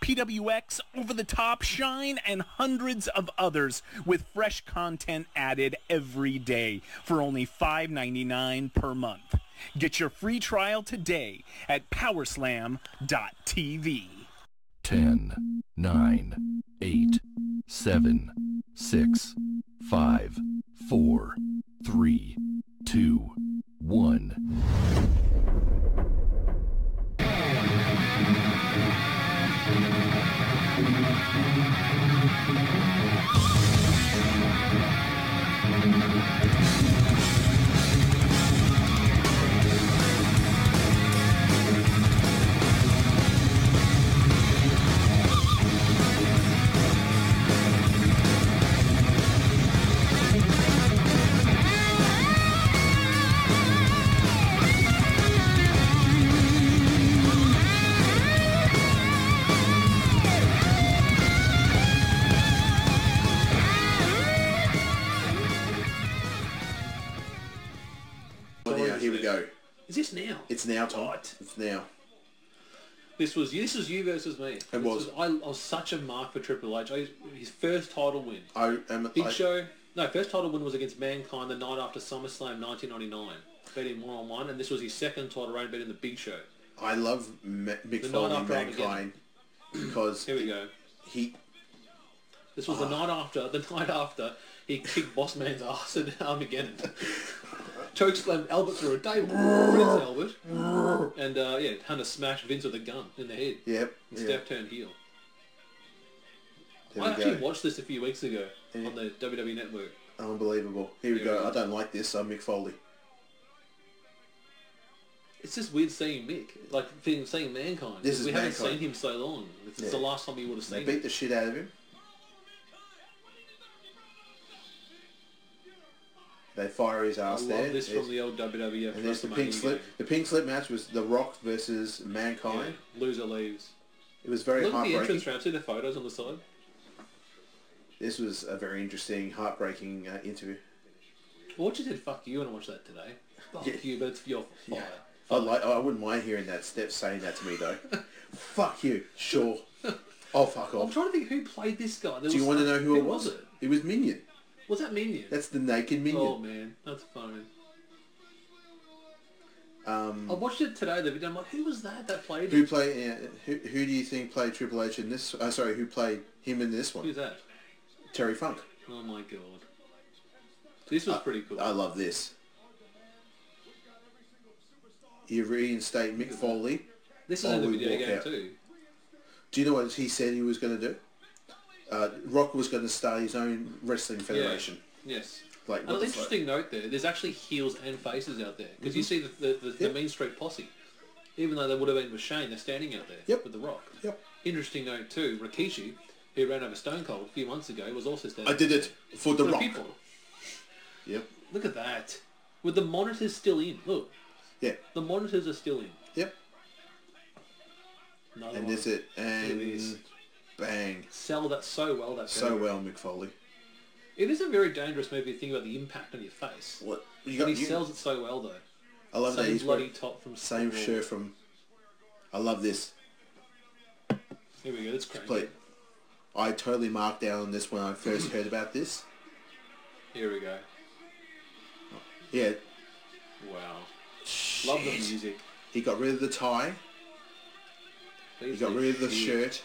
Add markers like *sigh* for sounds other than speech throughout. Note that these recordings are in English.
PWX, Over the Top, Shine, and hundreds of others with fresh content added every day for only $5.99 per month. Get your free trial today at powerslam.tv. 10, 9, 8, 7, 6, 5, 4, 3, 2, 1. So now, here we go. Is this now? It's now time. It's now. This was this was you versus me. This was. I, I was such a mark for Triple H. I, his first title win. I am. Big I, Show. No, first title win was against Mankind the night after SummerSlam 1999. Beat him one on one, and this was his second title reign, beating the Big Show. I love Ma- Mick The Foley night and after Armageddon. Mankind because Here we go. he. This Ah. was the night after. The night after he kicked Boss Man's ass at *laughs* Armageddon. Choke slammed Albert through a table. Prince Albert. and uh, yeah, Hunter smashed Vince with a gun in the head. Yep. And Yeah, Steph turned heel. there I we actually go. watched this a few weeks ago Yeah. on the WWE Network. Unbelievable. Here we Here we go. go. I don't like this. I'm Mick Foley. It's just weird seeing Mick, like seeing- seeing Mankind. This is we haven't Mankind. seen him so long. This is Yeah. the last time you would have They seen him. beat the shit out of him. They fire his I ass love there. this There's- from the old WWF and there's the WrestleMania pink slip. game. The pink slip match was The Rock versus Yeah, Mankind. Loser leaves. It was very Look at the heartbreaking. entrance ramp. See the photos on the side. This was a very interesting, heartbreaking uh, interview. I watched it. said, Fuck you, and I watched that today. Fuck Yeah. you, but it's your fire. I like. I wouldn't mind hearing that step saying that to me *laughs* though. fuck you. Sure. Oh fuck I'm off. trying to think who played this guy. There Do you was- want to know who it was? was it? It was Minion. Was that Minion? That's the naked oh Minion. man, that's funny. Um, I watched it today. The video. I'm like, who was that that played? who him? play? Uh, who, who do you think played Triple H in this? Uh, sorry, who played him in this one? Who's that? Terry Funk. Oh my god. This Uh, was pretty cool. I love this. You reinstate Mick Foley. this is in Oh, the we video walk game out. too. Do you know what he said he was going to do? Uh, Rock was going to start his own wrestling federation. Yeah. Yes. Like, And what an the fuck? Mm-hmm. interesting note there. There's actually heels and faces out there because you see the the, the, the Yep. Mean Street Posse, even though they would have been with Shane, they're standing out there Yep. with the Rock. Yep. Interesting note too. Rikishi, who ran over Stone Cold a few months ago, was also standing. I did it for the For the Rock. people. Yep. Look at that. With the monitors still in. Look, Yeah. the monitors are still in. Yep. Another And one. that's it. And is. bang. Sell that so well. That So movie. well, Mick Foley. It is a very dangerous movie. to Think about the impact on your face. What you And got? he You, sells it so well though. I love that Same he's bloody wearing top from same Raw. shirt from. I love this. Here we go. That's crazy. Play. I totally marked down on this when I first heard about this. Here we go. Yeah, Wow. Love the music. he got rid of the tie. He Please got do rid of the shit. shirt.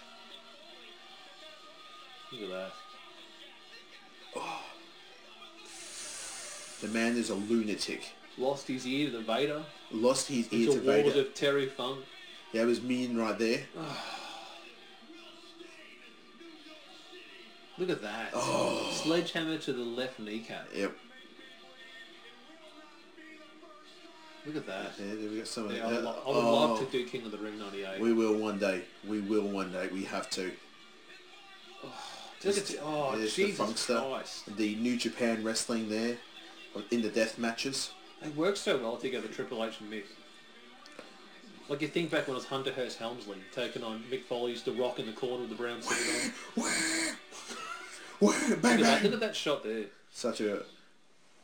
Look at that. The man is a lunatic. Lost his ear to the Vader. Lost his ear Into to wars Vader. of Terry Funk. That was mean right there. Look at that. Oh. Sledgehammer to the left kneecap. Yep. Look at that. Yeah, we got some of Yeah, I that. would, lo- I would Oh, love to do King of the Ring 98. We will one day. We will one day. We have to. Look at oh There's the Jesus Funkster, Christ! the New Japan wrestling there, in the death matches. They work so well together, Triple H and Mick. Like you think back when it was Hunter Hearst Helmsley taking on Mick Foley's The Rock in the corner with the brown suit on. Wah, bang, Look at that, bang. look at that shot there. Such a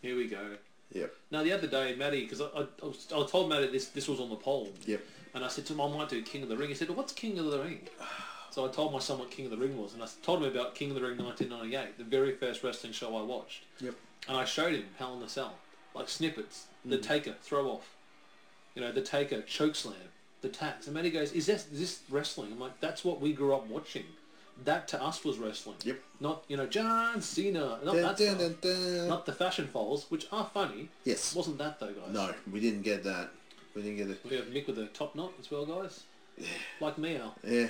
Here we go. yep, Now the other day, Maddie, because I, I, I, was- I told Maddie this this was on the poll. yep. And I said to him, I might do King of the Ring. He said, well, what's King of the Ring? So I told my son what King of the Ring was, and I told him about King of the Ring 1998, the very first wrestling show I watched. Yep. And I showed him Hell in a Cell, like snippets, the Hmm. Taker throw off, you know, the Taker choke slam, the tax. And Maddie goes, is this, is this wrestling? I'm like, that's what we grew up watching. That to us was wrestling. Yep. Not, you know, John Cena. Not Dun, that dun, stuff. dun, dun. Not the fashion foals, which are funny. Yes. Wasn't that though, guys? No, we didn't get that. We didn't get it. We have Mick with a top knot as well, guys. Like Meow. Yeah.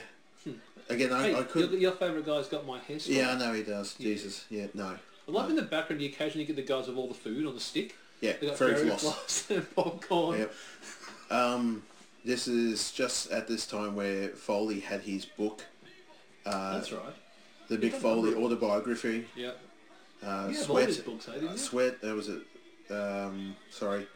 Again, I, Hmm. Hey, I your, could. your favourite guy's got my hair. Yeah, I know he does. Jesus. Yeah, no. I love in the background you occasionally get the guys with all the food on the stick. Yeah, They got very fairy floss. floss *laughs* and popcorn. Yep. Um, this is just at this time where Foley had his book, That's right. the Big done Foley number- autobiography. Yeah. Uh, You have all sweat. these books, eh, didn't uh, you? sweat. That was it. Um, sorry,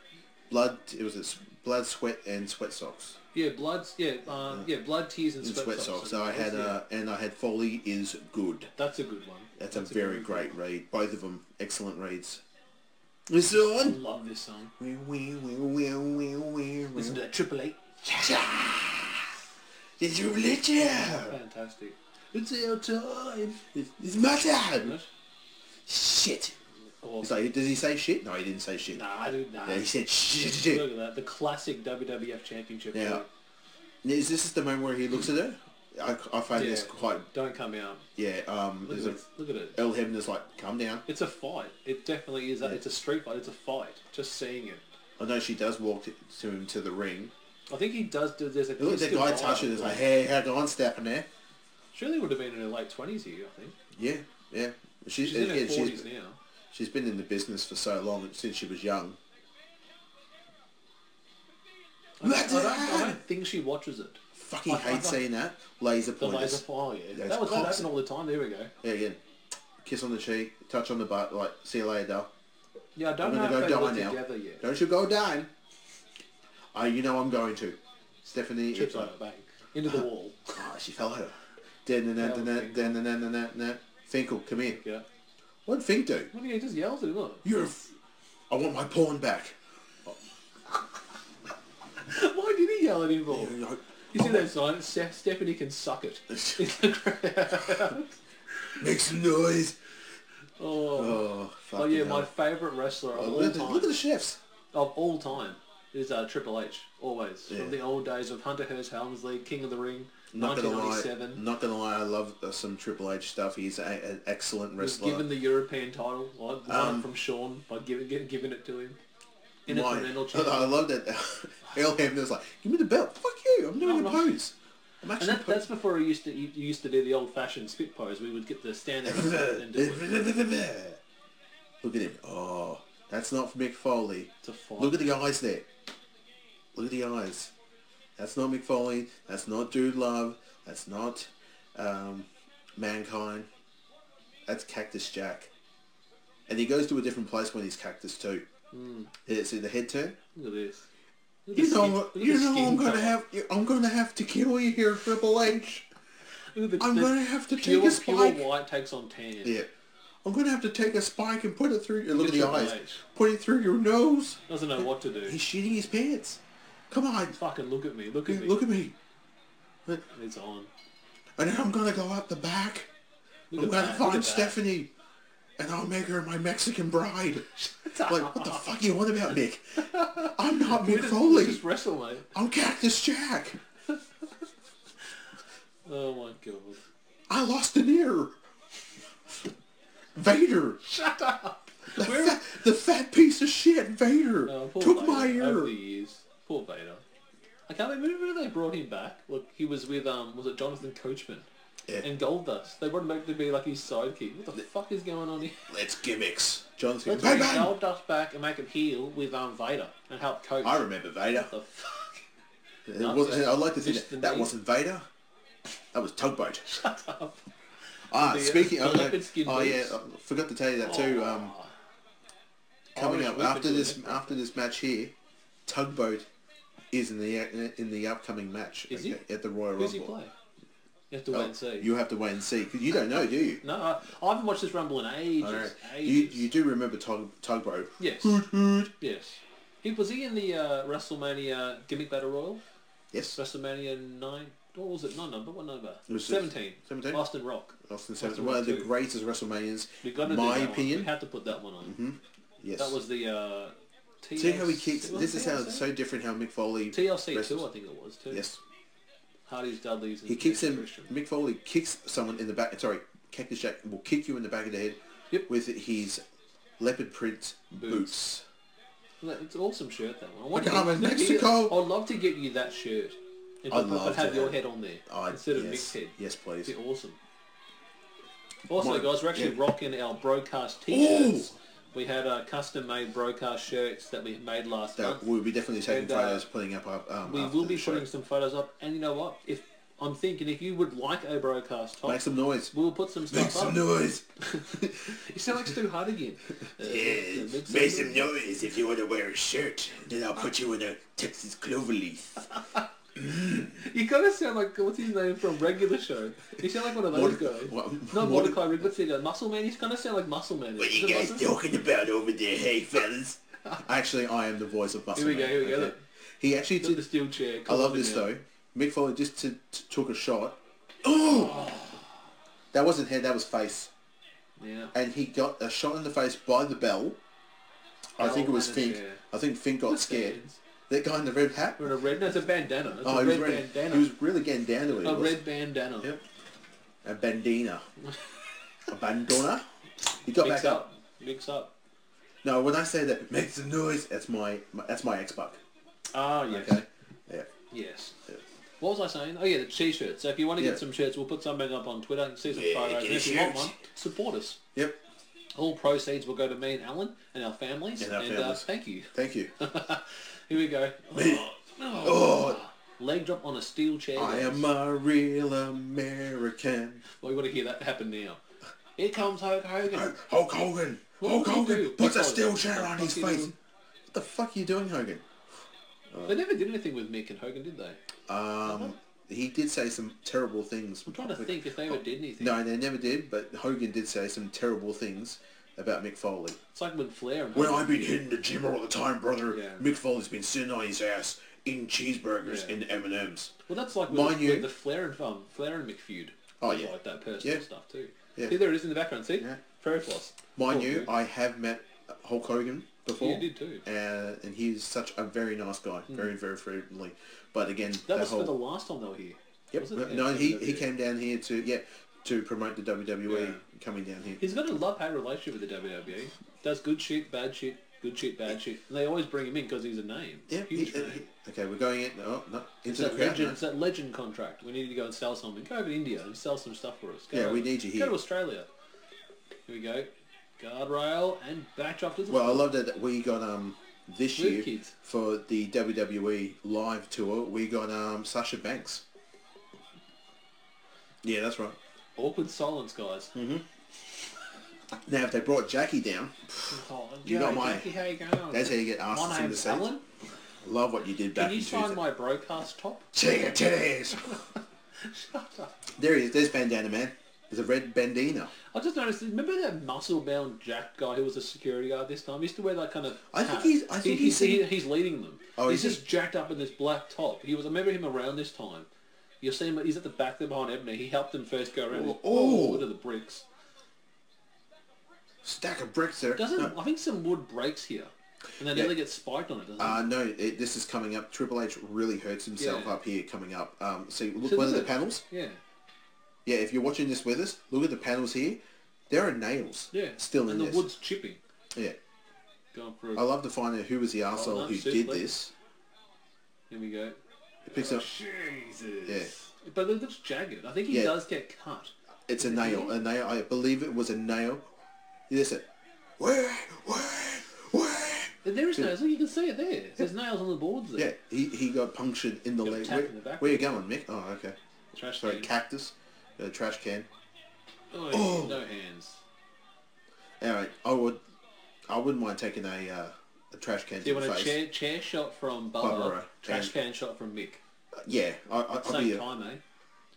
blood. It was it. Blood, sweat, and sweat socks. Yeah, blood. Yeah, uh, yeah, blood, tears, and And sweat, sweat socks. socks. So I had Yeah. uh, and I had Foley is good. That's a good one. That's, a good very one. great read. Both of them excellent reads. Listen on. Love this song. Listen Listen to that Triple Eight. It's your religion. Fantastic. It's our time. It's it's my Isn't time. it? Shit. Or, He's like, does he say shit? No, he didn't say shit. Oh, nah, I do nah. Yeah, he said *laughs* shit. Look at that. The classic WWF Championship. Now, is this is the moment where he looks at her? I, I find Yeah. this quite, Don't come out. yeah, um, Look there's at, a, it. look at it. El Hebner's like, calm down. It's a fight. It definitely is. A, It's a street fight. It's a fight. Just seeing it. I know she does walk to, to him to the ring. I think he does do. There's a. Look at kiss that guy goodbye. touching is like, hey, how go on, stepping there? Surely would have been in her late twenties here. I think Yeah, yeah. She's, she's in her again, forties she's, now. she's been in the business for so long, since she was young. I, don't- I, don't, I don't think she watches it. Fucking I- I- hate seeing that. Laser The pointers. laser fire. Yeah, Those that was that cocks. happened all the time. There we go. Yeah, again. Kiss on the cheek, touch on the butt, like, see you later. Yeah, I I'm don't know gonna if go they live die now. together yet. Don't you go die. Uh, you know I'm going to. Stephanie, Chips it's on like, it, bang into *laughs* the wall. oh, she fell over. Then and That then was then Finkel. then then then then then Finkel, come here. Yeah. What'd Fink do? Well, yeah, he just yells at him. Look. *laughs* You're. a F- I want my pawn back. Why did he yell at him for? No. You see that sign? Steph- Stephanie can suck it. In the crowd. Make some noise. Oh. Oh, fuck. Oh yeah, my favourite wrestler of all look, at the, time, look at the chefs. of all time, is uh, Triple H. Always Yeah. from the old days of Hunter Hearst Helmsley, King of the Ring, Not gonna lie. 1997. Not gonna lie. I love uh, some Triple H stuff. He's a, an excellent was wrestler. given the European title, like won Um, it from Sean by giving gi- giving it to him. my, *laughs* Intercontinental I champion. love that. *laughs* El Hebner's like, give me the belt. Fuck you. I'm doing No, a I'm not- pose. I'm And actually that, that's before he used to you you used to do the old fashioned spit pose. We would get the stand there and do it. Look at him. Oh, that's not Mick Foley. It's a fight. Look at the eyes there. Look at the eyes. That's not Mick Foley. That's not Dude Love. That's not um, Mankind. That's Cactus Jack. And he goes to a different place when he's Cactus too. Yeah, see the head turn. Look at this. Look at You Hmm. the know, skin- what- look at you the know, skin I'm gonna colour. have, I'm gonna have to kill you here, Triple H. Look at the- I'm the gonna have to take pure, a pure spike. white takes on tan. Yeah. I'm gonna have to take a spike and put it through. Look, at the Triple eyes. H. Put it through your nose. Doesn't know what to do. He's shitting his pants. Come on, Fucking look at me. Look at me. look at me. It's on. And then I'm gonna go out the back. Look I'm gonna at that, look find at that. Stephanie, and I'll make her my Mexican bride. like, what the fuck you want about *laughs* Mick? I'm not We Mick just- we Foley. Just wrestle, mate. I'm Cactus Jack. Oh my god. I lost an ear. Vader, Shut up. the, Where- fat, the fat piece of shit, Vader, Oh, poor took Vader, my Over the ear. years. Poor Vader. I can't remember they brought him back. Look, he was with um, was it Jonathan Coachman Yeah. and Goldust? They brought him back to be like his sidekick. What the fuck is going on here? Let's gimmicks. Jonathan, Let's bang bring bang. Goldust back and make him heel with um Vader and help coach. I remember Vader. the fuck? It wasn't, I'd like to think Just the that, that name. wasn't Vader. That was Tugboat. Shut up. Ah, The, uh, speaking of the that, leopard skin oh yeah, boots. I forgot to tell you that too. Um, Oh, coming Irish up whippers after were this, different. after this match here, Tugboat is in the in the upcoming match Is he? at the Royal Who's he Rumble. Oh, play? You have to wait and see. You have to wait and see 'cause you don't know, do you? no, I, I haven't watched this Rumble in ages. Alright. You ages. you do remember Tug, Tugboat? yes. Yes. He, was he in the uh, WrestleMania gimmick battle royal? Yes. WrestleMania 9... What was it? Nine number? What number? It was six. 17. 17? Austin Rock. Austin Austin Seven, one of the Rock too. greatest WrestleManias, We gotta do my that one. opinion. We had to put that one on. Yes. That was the. Uh, TLC, See how he keeps. was This it is how TLC? it's so different how Mick Foley. TLC wrestles. too, I think it was too. Yes. Hardy's, Dudley's. And He kicks Nathan him. Christian. Mick Foley kicks someone in the back. Sorry, Cactus Jack will kick you in the back of the head Yep. with his leopard print boots. Boots. Look, It's an awesome shirt that one. I want Like, I'm in Look, you- Mexico. *laughs* I'd love to get you that shirt. And I'd put- but love have to your have- head on there Oh, instead of yes. Mick's head. Yes, please. It'd be awesome. Also, My- guys, we're actually yeah. rocking our broadcast t-shirts. We had uh, custom-made broadcast shirts that we made last That month. we'll be definitely taking And, uh, photos, putting up. up, Um, We after will the be show. putting some photos up, and you know what? If I'm thinking, if you would like a broadcast top, Make some noise. we'll put some stuff Make some up. noise. You sound like Stu Hart again. Uh, *laughs* Yeah, make some make some noise. noise if you want to wear a shirt. Then I'll put you in a Texas clover leaf. You kind of sound like what's his name from Regular Show. You sound like one of those Morde- guys. what- Not Morde- Mordecai Rigg. What's the guy? Muscle Man. You kind of sound like Muscle Man. What Is you it guys Muscle- talking about over there, hey fellas? *laughs* Actually, I am the voice of Muscle Here we go, Man. here we go. He actually Look at The did. steel chair. I love Come this on though. Mick Foley just t- t- took a shot. Oh! That wasn't head. That was face. now. Yeah. And he got a shot in the face by the bell. I Bell think it was and a Fink. chair. I think Fink got scared. That guy in the red hat. We're in a red. No, it's a bandana. It's Oh, a he was, red really, bandana. he was really getting down to it. he a was. red bandana. Yep. A bandina. a bandana. *laughs* He got Mix back up. up. Mix up. No, when I say that, make some noise. That's my, my that's my X buck. Ah, yes. Okay. Yeah. Yes. What was I saying? Oh yeah, the t-shirts. So if you want to Yeah. get some shirts, we'll put something up on Twitter. You can see some Yeah, photos. get And a if you want shirt. one, support us. Yep. All proceeds will go to me and Alan and our families. And our Uh, families. thank you. Thank *laughs* you. Here we go. Oh, *laughs* Oh, Leg drop on a steel chair. I am uh, a real American. Well, you want to hear that happen now. Here comes Hulk Hogan. Hulk Hogan. What Hulk would you Hogan do? puts a Hulk steel Hogan. chair on What his the fuck face. you doing? What the fuck are you doing, Hogan? They never did anything with Mick and Hogan, did they? Um, he did say some terrible things. I'm trying to think if they ever did anything. No, they never did. But Hogan did say some terrible things about Mick Foley. It's like when Flair and Well, Hogan- I've been hitting the gym all the time, brother. Yeah. Mick Foley's been sitting on his ass eating cheeseburgers Yeah. and M&Ms. Well, that's like with, Mind with you- the Flair and um, Flair and McFeud. Oh, It's yeah. like that personal Yeah. stuff too. Yeah. See, there it is in the background. See, Yeah. uh, fairy floss. Mind Oh, you, good. I have met Hulk Hogan before. You did too. Hmm. Uh, and he's such a very nice guy, very, very friendly. But again, that, that was whole for the last time they were here. Yep. wasn't it? No, Yeah, he, WWE. he came down here to yeah to promote the WWE Yeah. coming down here. He's got a love-hate relationship with the WWE. Does good shit, bad shit, good shit, bad shit, and they always bring him in because he's a name. Yeah. he- huge uh, name. he- okay, we're going in. Oh, no, It's into the that, crowd. legend, now. it's that legend contract. We need to go and sell something. Go over to India and sell some stuff for us. Go Yeah, we over. need you Go here. to Australia. Here we go. Guardrail and backdrop to the Well, I love that we got um this We're year kids. for the WWE live tour. We got um Sasha Banks. Yeah, that's right. awkward silence, guys. Mm-hmm. Now if they brought Jackie down, Oh, You got my- Jackie, how you going? that's how you get asked my in the name's seats. Alan. Love what you did back Can you in sign 2000. my broadcast top? *laughs* Take your titties! There he is. There's Bandana Man. There's a red bandana. I just noticed. Remember that muscle-bound Jack guy who was a security guard this time? He used to wear that kind of. I think hat. he's- I think he, he's he's, he, in- he's leading them. Oh, he's is he? just jacked up in this black top. He was. I remember him around this time. You'll see him. He's at the back there behind Ebony. He helped them first go around. Oh, oh. oh, look at the bricks. Stack of bricks Uh, there. Doesn't No. I think some wood breaks here, and they Yeah. nearly get spiked on it, doesn't Uh, no, it, this is coming up. Triple H really hurts himself Yeah. up here coming up. Um, see, look, So one of this the is- panels. it? Yeah, Yeah, if you're watching this with us, look at the panels here. There are nails yeah. still in and the this. Oh. wood's chipping. Yeah. Going through. I love to find out who was the arsehole Oh, no, who seriously. did this. Here we go. It picks up. Oh, Jesus. But it looks jagged. I think he Yeah. does get cut. It's a nail. A nail. I believe it was a nail. Yes, it. Where? Where? Where? There is nails. Look, you can see it there. There's nails on the boards there. Yeah, he, he got punctured in the Got a leg. tap Where, in the back. where you going, Mick? Oh, okay. Trash Sorry, can. cactus. Uh, trash can. Oh, no hands. All right, I would, I wouldn't mind taking a uh, a trash can Do to you the want a face. chair, chair shot from Barbara, Barbara, trash and- can shot from Mick? Uh, Yeah, I, I, I'll Same be. A, time, eh?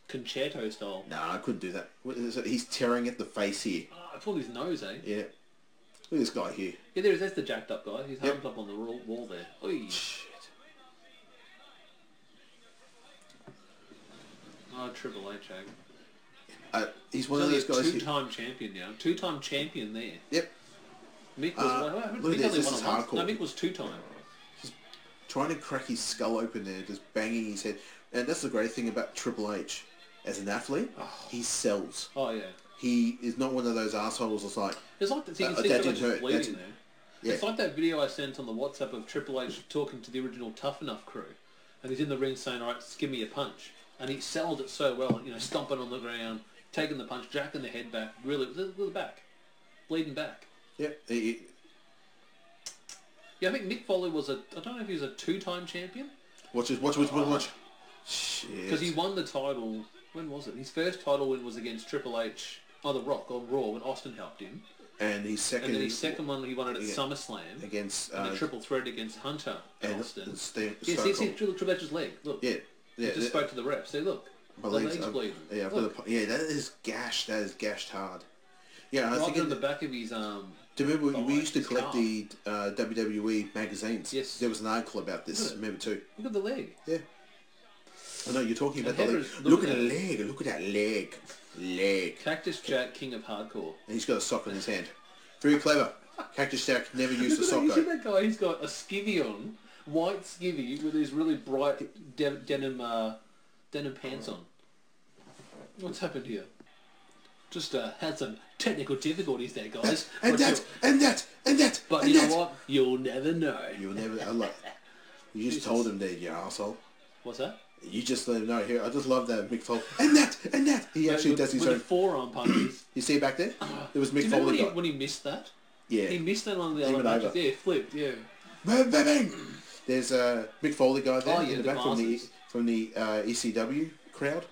Concerto style. nah, I couldn't do that. What is it? He's tearing at the face here. Ah, I pulled his nose, eh? Yeah, look at this guy here. Yeah, there is. That's the jacked up guy. He's Yep. humped up on the wall, wall there. Oy. Shit. Oh, Triple H, eh? Uh, he's one He's of only those a guys. Who, two-time champion now. Two-time champion there. yep, Mick was Uh, one. Well, Mick look at this, only this won is it once. No, hardcore. Mick was two-time. trying to crack his skull open there, just banging his head. And that's the great thing about Triple H. As an athlete, he sells. Oh yeah. He is not one of those assholes that's like, It's like the, you Uh, can that see Triple didn't H is hurt. That bleeding didn't- there. yeah, It's like that video I sent on the WhatsApp of Triple H talking to the original Tough Enough crew, and he's in the ring saying, "All right, just give me a punch," and he sold it so well, you know, stomping on the ground, taking the punch, jacking the head back, really with the back, bleeding back. yep. He, he- Yeah, I think Mick Foley was a. I don't know if he was a two-time champion watch this, watch, watch, watch, watch. Shit. because he won the title. When was it? His first title win was against Triple H, or The Rock, on Raw when Austin helped him, and his second, and then his second one he won it at Yeah. SummerSlam. against and uh, the triple threat against Hunter and and Austin. Stone, Yeah, Stone see, see, Cold. look, Triple H's leg. Look, Yeah, yeah. just that- spoke to the ref. Say, look, my the legs, leg's I've- bleeding. yeah, I've got a, look, pu- yeah, that is gashed. That is gashed hard. Yeah, I right think on it, the back of his um. Do you remember we, we Oh, used to it's collect hard. the uh, WWE magazines? Yes. There was an article about this. Good. Remember too? Look at the leg. Yeah. I know you're talking about And the leg. Heather's Look at looking the at leg. Look at that leg. Leg. Cactus Jack, King of Hardcore. And he's got a sock in his hand. Very clever. Cactus Jack *laughs* never used a Look at sock that- you see though. that guy? He's got a skivvy on, white skivvy with his really bright de- denim uh, denim pants on. What's happened here? Just uh, had some technical difficulties there, guys. And But that. you- And that. And that. but and you that. know what? You'll never know. You'll never. I like. You just told him there, you asshole. What's that? You just let him know here. I just love that Mick Foley. And that. And that. He actually with, does his with the own. forearm punches. You see back there? There was *clears throat* Uh-huh. Do Mick you remember when Foley he, guy. when he missed that? Yeah. He missed that on the He other went matches. over. Yeah, flipped. Yeah. Bang, bang, bang. There's uh, Mick Foley guy there Oh, yeah, in the, the back from the glasses. from the uh, ECW crowd.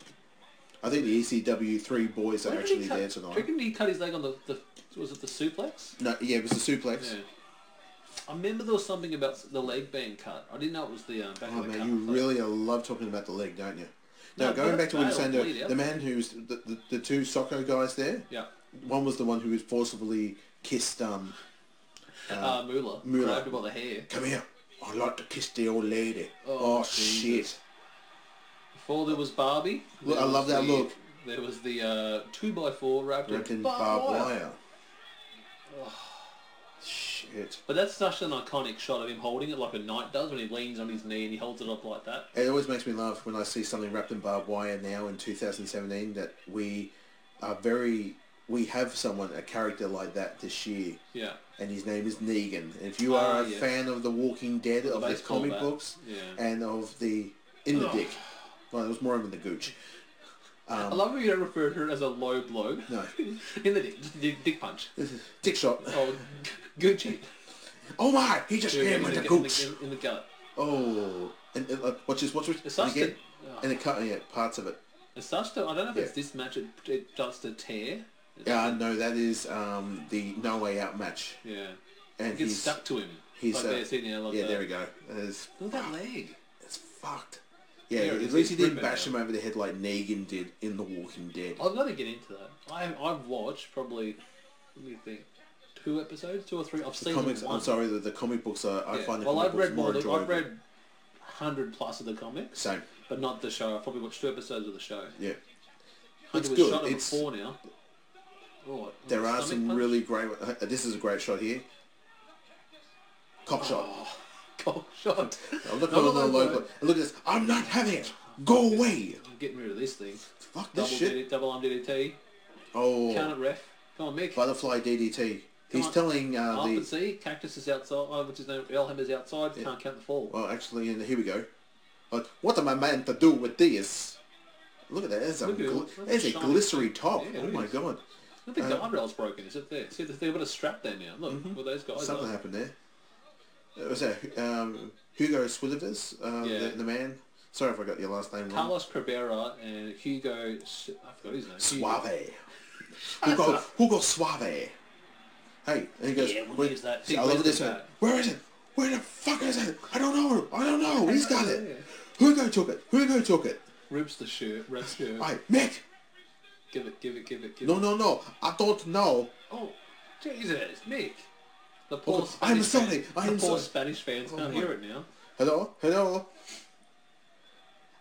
I think the ECW three boys are Where did he actually cut- there Do you tonight. reckon he cut his leg on the, the was it the suplex? No, yeah, it was the suplex. Yeah. I remember there was something about the leg being cut. I didn't know it was the um, back Oh of the man, cut. you But- really love talking about the leg, don't you? Now No, going but back to what you're saying, that'll bleed the, out. the man who's the, the, the two soccer guys there. Yeah. One was the one who was forcibly kissed. Um, Uh, Moolah. Moolah. Grabbed him by the hair. come here, I'd like to kiss the old lady. Oh, Oh, Jesus. shit! Before there was Barbie. Look, there I love was that the- look. There was the uh, 2x4 wrapped Wrapped in in barbed wire. Oh. Shit! But that's such an iconic shot of him holding it like a knight does when he leans on his knee and he holds it up like that. It always makes me laugh when I see something wrapped in barbed wire now in 2017 that we are very, we have someone, a character like that this year, Yeah. and his name is Negan. And if you are Ah, a yeah. fan of The Walking Dead, of the baseball comic bat. books, Yeah. Oh. and of the, in the Ugh. dick, well, it was more in the gooch. I love how you don't refer to it as a low blow. Um, No. *laughs* In the dick, just dick, dick punch. Dick shot. Oh, Gucci. Oh my, he just hit him with in, the the, in, gooch. the, in the gut. Oh. And, and uh, watch this, watch this. It's and such again, a- and it cut, yeah, parts of it. It starts to, I don't know if it's Yeah. this match, it, it starts to tear. Uh, no, that is um, the No Way Out match. Yeah. And It gets he's- stuck to him. He's like uh, there, see now, like yeah, that. there we go. It's, Look at that leg. it's fucked. Yeah, Yeah, at it's- least he it's didn't ripping bash now. him over the head like Negan did in The Walking Dead. I've got to get into that. I, I've watched probably, what do you think, two episodes, two or three? I've seen them Comics. I'm once. sorry, the, the comic books are. I Yeah. find the well, comic I've books read more more. than- enjoyable. I've read hundred plus of the comics, Same. but not the show. I've probably watched two episodes of the show. Yeah, I think it's it was good. Shot number It's- four now. Oh, there are stomach some punch? *laughs* really great. Uh, this is a great shot here. Cock Oh. shot. cold shot. *laughs* I'm not None going of on the those low. are- blow. Look at this. I'm not having it. Go away. I'm getting rid of this thing. Fuck this Double shit. DD, double arm DDT. Count Oh, it, ref. Come on, Mick. butterfly DDT. He's on. telling uh, Up and the. see. Cactus is outside. Oh, what's his name? Elham is outside. Can't count the fall. Well, actually, and here we go. Uh, what am I meant to do with this? Look at that. That's a, Look at it. gl- That's that's a shiny. glycery top. Yeah, it oh my is. god. Look, the uh, guardrail's broken. Is it there? See, they've got a strap there now. Look, where those guys Mm-hmm. Something are. happened there. It was that um, Hugo Swivers, uh, Yeah. the, the man. Sorry if I got your last name wrong. Carlos Cabrera and Hugo. S- I forgot his name. Hugo- Suave. Hugo, Hugo Suave. Hey, and he goes, Yeah, we'll "Wait, use that. I love this Big one. back. Where is it? Where the fuck is it? I don't know. I don't know. He's got it. Hugo took it. Hugo took it. Rips the shirt, red shirt. Hey, Mick. Give it, give it, give it, give No, it. no, no. I don't know. Oh, Jesus, Nick. The poor Oh, I'm Spanish sorry, Fans, I'm the poor sorry. Oh Spanish fans can't my- hear it now. Hello, hello.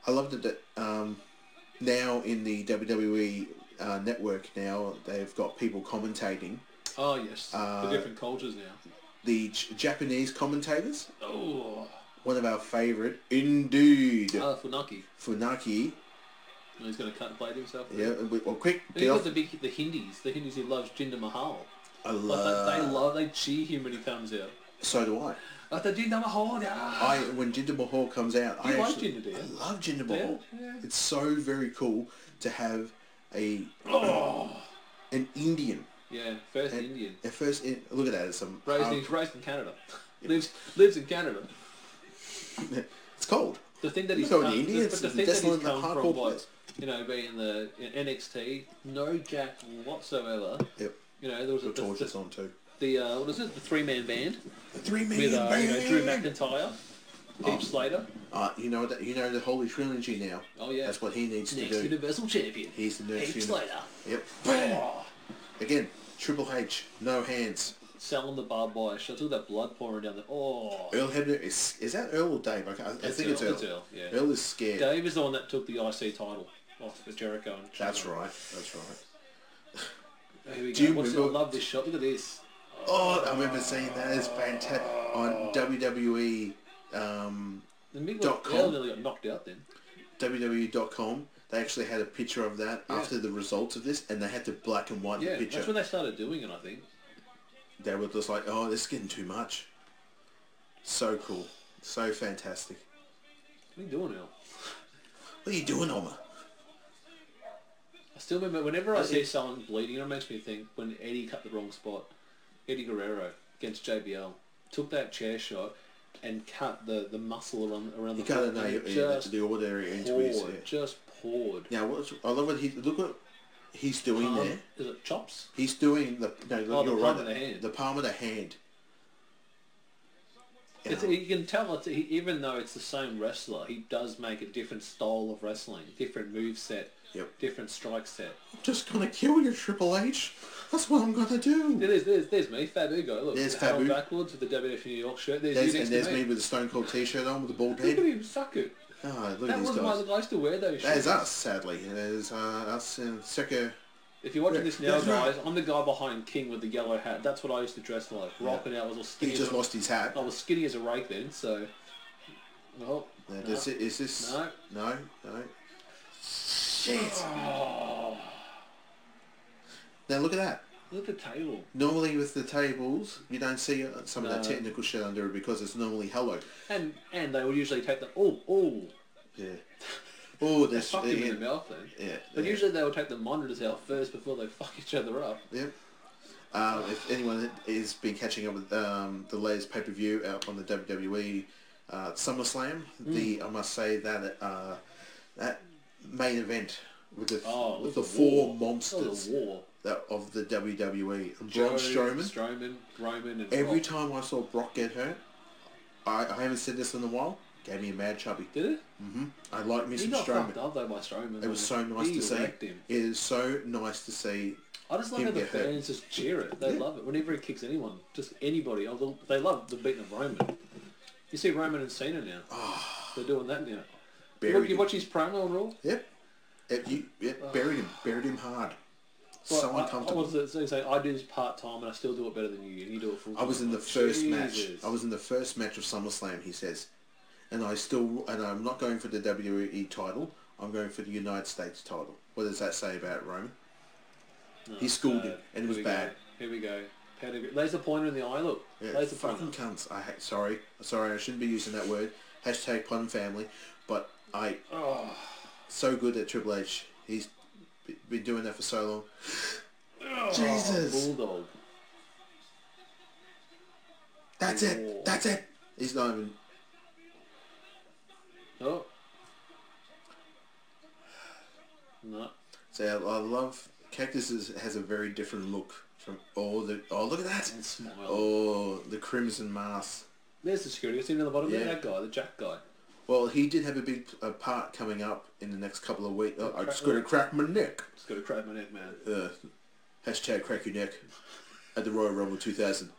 I love that. Um, now in the WWE uh, network, now they've got people commentating. Oh yes, Uh, the different cultures now. The J- Japanese commentators, Oh, one of our favourite, indeed, ah, Funaki. Funaki. And he's going to cut and blade himself. Yeah, we- well, quick, And he's get got off. the big, the Hindis. The Hindis he loves Jinder Mahal. I Like they, they love. love, they cheer him when he comes out. So do I. Like the Jinder Mahal. Yeah. I when Jinder Mahal comes out, I You like actually, Jinder, do you? I love Jinder Mahal. yeah. It's so very cool to have a an Indian. Yeah, first And- Oh. Indian. At first, in, look at that. It's some. Raised, um, *laughs* he's raised in Canada. *laughs* lives lives in Canada. it's cold. The thing that You he's know, come, the Indians, but the the thing that he's desolate come hardcore from place. was, you know, being the in NXT, no jack whatsoever. Yep. You know, there was a, The torch is the, on too. the uh, what is it, the three-man band The three man with uh, you know, Drew band. McIntyre, Heath Slater, Uh, you know that you know the holy trilogy now. Oh, yeah. That's what he needs to next do. Universal Champion, He's the next Heath uni- Slater. Yep. Oh, Again, Triple H, no hands. selling the barbed wire shots, all that blood pouring down the. Oh, Earl Hebner is is that Earl or Dave? I, can't- I think it's Earl. It's Earl, yeah. Earl is scared. Dave is the one that took the IC title off of Jericho. And That's right. That's right. Here we Do go. you What's it? I remember- love this shot. Look at this. Oh, I remember seeing that. It's fantastic on E, WWE, um, The Mick Dot com. Earl nearly got knocked out then. WWE.com. E They actually had a picture of that Yeah. after the results of this, and they had to black and white Yeah, the picture. that's when they started doing it, I think. they were just like, "Oh, this is getting too much." So cool, so fantastic. What are you doing, Earl? What are you doing, Oma? I still remember whenever I Is see it- someone bleeding, it makes me think when Eddie cut the wrong spot. Eddie Guerrero against JBL took that chair shot and cut the, the muscle around around You the kind foot of know and your, it just the ordinary injuries. poured, Yeah. just poured. Now, what's, I love what he look what he's doing Palm- there. is it chops? He's doing the no, Oh, the you're palm right, of the hand. The palm of the hand. It's, you can tell it's, he, even though it's the same wrestler, he does make a different style of wrestling, different move set, Yep. different strike set. I'm just gonna kill you, Triple H. That's what I'm gonna do. There's, there's, there's me, Fab Ugo. Look, There's Harold Fab U- backwards with the WF New York shirt. There's, There's, you and next there's to me me. with the Stone Cold T-shirt on with the bald Look at head. him, suck it. Ah, look at That these was why the guys. guys to wear those That shirts. is us, sadly. There's uh, us and Seka. If you're watching this now, That's right. guys, I'm the guy behind King with the yellow hat. That's what I used to dress like. Rocking out, I was Oh, He all skinny. just as a, lost his hat. I was skinny as a rake then, so. Well, Now, does it, is this? No. No. No. Shit. Oh. Now look at that. look at the table. Normally with the tables, you don't see uh, some of that No. technical shit under it because it's normally hollow. And and they will usually take the oh oh. Yeah. *laughs* Oh, They there's fucked him in the yeah, mouth then. yeah. But yeah. usually they will take the monitors out first before they *laughs* fuck each other up. Yep. Um, if anyone has been catching up with um, the latest pay per view out on the WWE uh, SummerSlam, Hmm. the I must say that uh, that main event with the Oh, it with the was a four war. That was monsters a war. that, of the WWE, and Joe, Braun Strowman. Strowman, Roman, and Every Rock. time I saw Brock get hurt, I, I haven't said this in a while. Gave me a mad chubby. Did it? I like me He some got fucked Strowman. up though by Strowman. It was so nice he to see. wrecked It Him. Uh, is so nice to see. I just love him how the get hurt. fans just cheer it. They Yeah. love it. Whenever he kicks anyone, just anybody, although they love the beating of Roman. You see Roman and Cena now. Ah. They're doing that now. You Buried watch, you him. watch his promo on Raw? Yep. Yep, you, yep, buried him. Buried him hard. so Like, I- uncomfortable. I, was, so you say, I do this part-time and I still do it better than you, and you do it full-time. I was in the Like, first Jesus. match. I was in the first match of SummerSlam. He says, and I still and I'm not going for the WWE title. I'm going for the United States title. What does that say about Roman? he schooled him, Bad. and it was Uh, Here we bad. Go. Here we go. Pedigree. There's the pointer in the eye, look. Yeah, There's the fucking pointer. cunts. I hate. Sorry, sorry. I shouldn't be using that word. Hashtag pun family. But I so good at Triple H. He's be- been doing that for so long. Jesus, Bulldog. that's it. That's it. He's not even. Oh. No. So I love Cactus is, has a very different look from all the. Oh, look at that! And smile. Oh, the crimson mask. There's the security. It's even on the bottom. Look Yeah. at that guy, the Jack guy. Well, he did have a big uh part coming up in the next couple of weeks. Oh, I just got to crack my neck. Just got to crack my neck, man. Uh, hashtag crack your neck at the Royal Rumble 2000.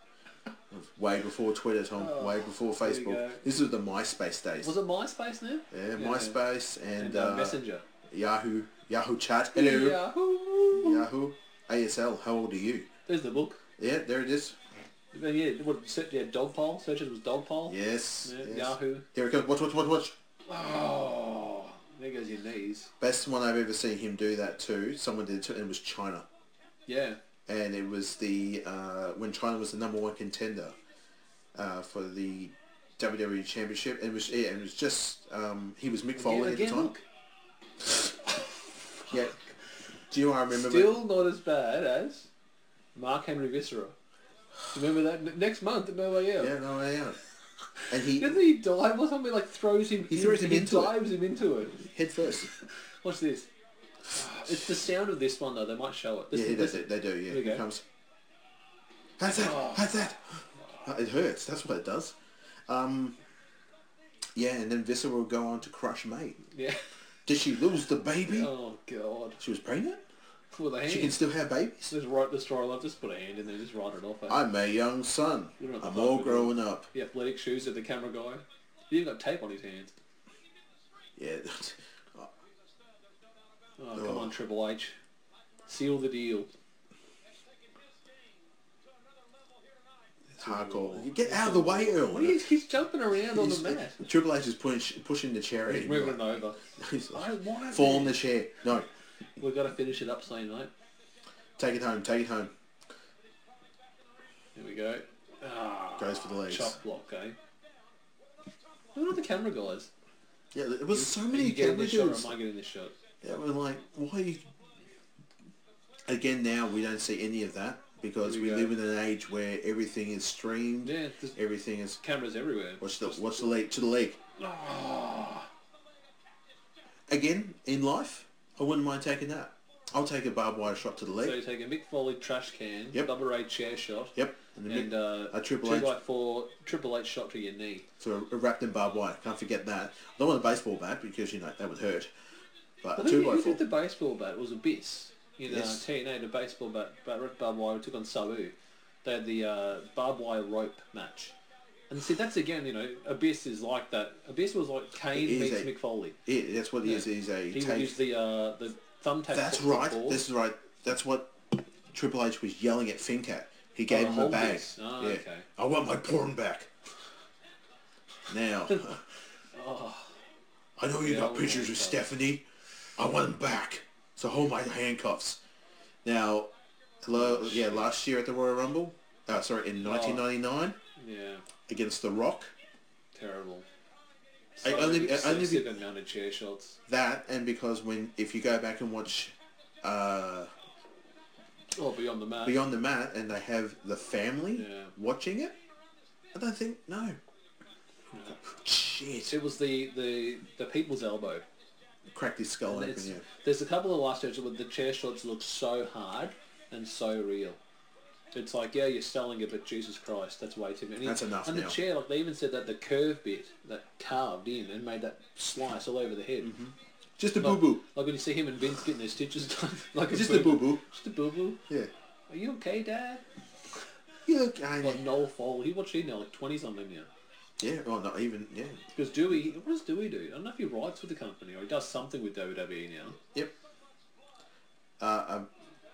Way before Twitter, Tom. way before Oh, there you Facebook. go. This was the MySpace days. Was it MySpace now? yeah, MySpace and, And uh, uh, Messenger. Yahoo. Yahoo chat. Hello. Yahoo! Yahoo. ASL. How old are you? There's the book. Yeah, there it is. Then, yeah, what search? Yeah, dog pile. Searches was dog pile. Yes. Yeah, yes. Yahoo. Here it comes. Watch, watch, watch, watch. Oh, there goes your knees. Best one I've ever seen him do that to. Someone did it to, and it was China. Yeah. and it was the uh, when China was the number one contender uh, for the WWE Championship, and it was yeah, and it was just um, he was Mick Foley Again, at the again time. look. Yeah. Do you know I remember? Still not as bad as Mark Henry Viscera. Remember that N- next month at Melbourne. Yeah. Yeah, no, I am. And he Doesn't he dive or something? Like throws him. He in- throws him he into it. dives him into it. head first. What's this? It's the sound of this one though. They might show it. This, Yeah, he this, does it. They do. Yeah, There you he go. Oh. comes. That's it. That's it. Uh, It hurts. That's what it does. Um, yeah, and then Viscera will go on to crush May. Yeah. *laughs* Did she lose the baby? Oh god. She was pregnant. With a hand. She can still have babies. just write the story. I'll just put a hand in there. Just write it off. eh? I'm a young son. You're not the I'm fuck all with growing up. The athletic shoes of the camera guy. He even got tape on his hands. Yeah. *laughs* Oh, come on, Triple H. Seal the deal. Hardcore. You get out of the way, Earl. What are you, he's jumping around on the He's- uh, *laughs* mat. Triple H is pushing, pushing the chair. He's in. moving it over. He's I like, want it. fall on the chair. No. We've got to finish it up soon, mate. Take it home. Take it home. Here we go. Ah, Goes for the legs. chop block, eh? Look at all the camera guys. Yeah, there was so Are you many getting camera this shot or dudes. am I getting this shot? That were like, why are you... Again, now we don't see any of that because Here we we go. live in an age where everything is streamed. Yeah, there's Everything is... cameras everywhere. Watch the, watch the leg. To the leg. Ah. Again, in life, I wouldn't mind taking that. I'll take a barbed wire shot to the leg. So you take a Mick Foley trash can, Yep. double A chair shot, Yep. And, the and mid- uh, a triple two H. by four triple H shot to your knee. so a wrapped in barbed wire. Can't forget that. I don't want a baseball bat because you know that would hurt. But I a think two by who four. did the baseball bat? It was Abyss. In Yes. uh, TNA, the baseball bat, bat Rick barbed wire took on Sabu. They had the uh, barbed wire rope match. And see, that's again, you know, Abyss is like that. Abyss was like Kane It is meets a- Mick Foley. Yeah, that's what he is. He's a He would take. use the, uh, the thumbtack that's for right. football. This is right. That's what Triple H was yelling at Fink at. He gave him a hold bag. this. Ah, yeah. okay. I want my porn back. *laughs* Now. *laughs* I know you Yeah, got we pictures want of that. Stephanie. I want them back. So hold my handcuffs. Now, hello, yeah, last year at the Royal Rumble, uh, sorry, Oh. in 1999 Yeah, against The Rock, terrible. I So only- I only- excessive amount of chair shots. that and because when if you go back and watch uh, Oh, beyond the mat. Beyond the Mat and they have the family Yeah. watching it, I don't think no. Shit, It was the, the, the people's elbow. cracked his skull open. It's- Yeah. There's a couple of last shots where the chair shots look so hard and so real. It's like, yeah, you're selling it, but Jesus Christ, that's way too many. That's enough And now. the chair, like they even said that the curve bit that carved in and made that slice all over the head. Mm-hmm. Just a boo Like- boo. Like when you see him and Vince getting their stitches done, *laughs* like Just a boo boo. just a boo boo. Yeah. Are you okay, Dad? You look, I, Like Noel Foley, what's he now? Like twenty something now. yeah. Well, not even. Yeah. Because Dewey, what does Dewey do? I don't know if he writes for the company or he does something with WWE now. Yep. Uh,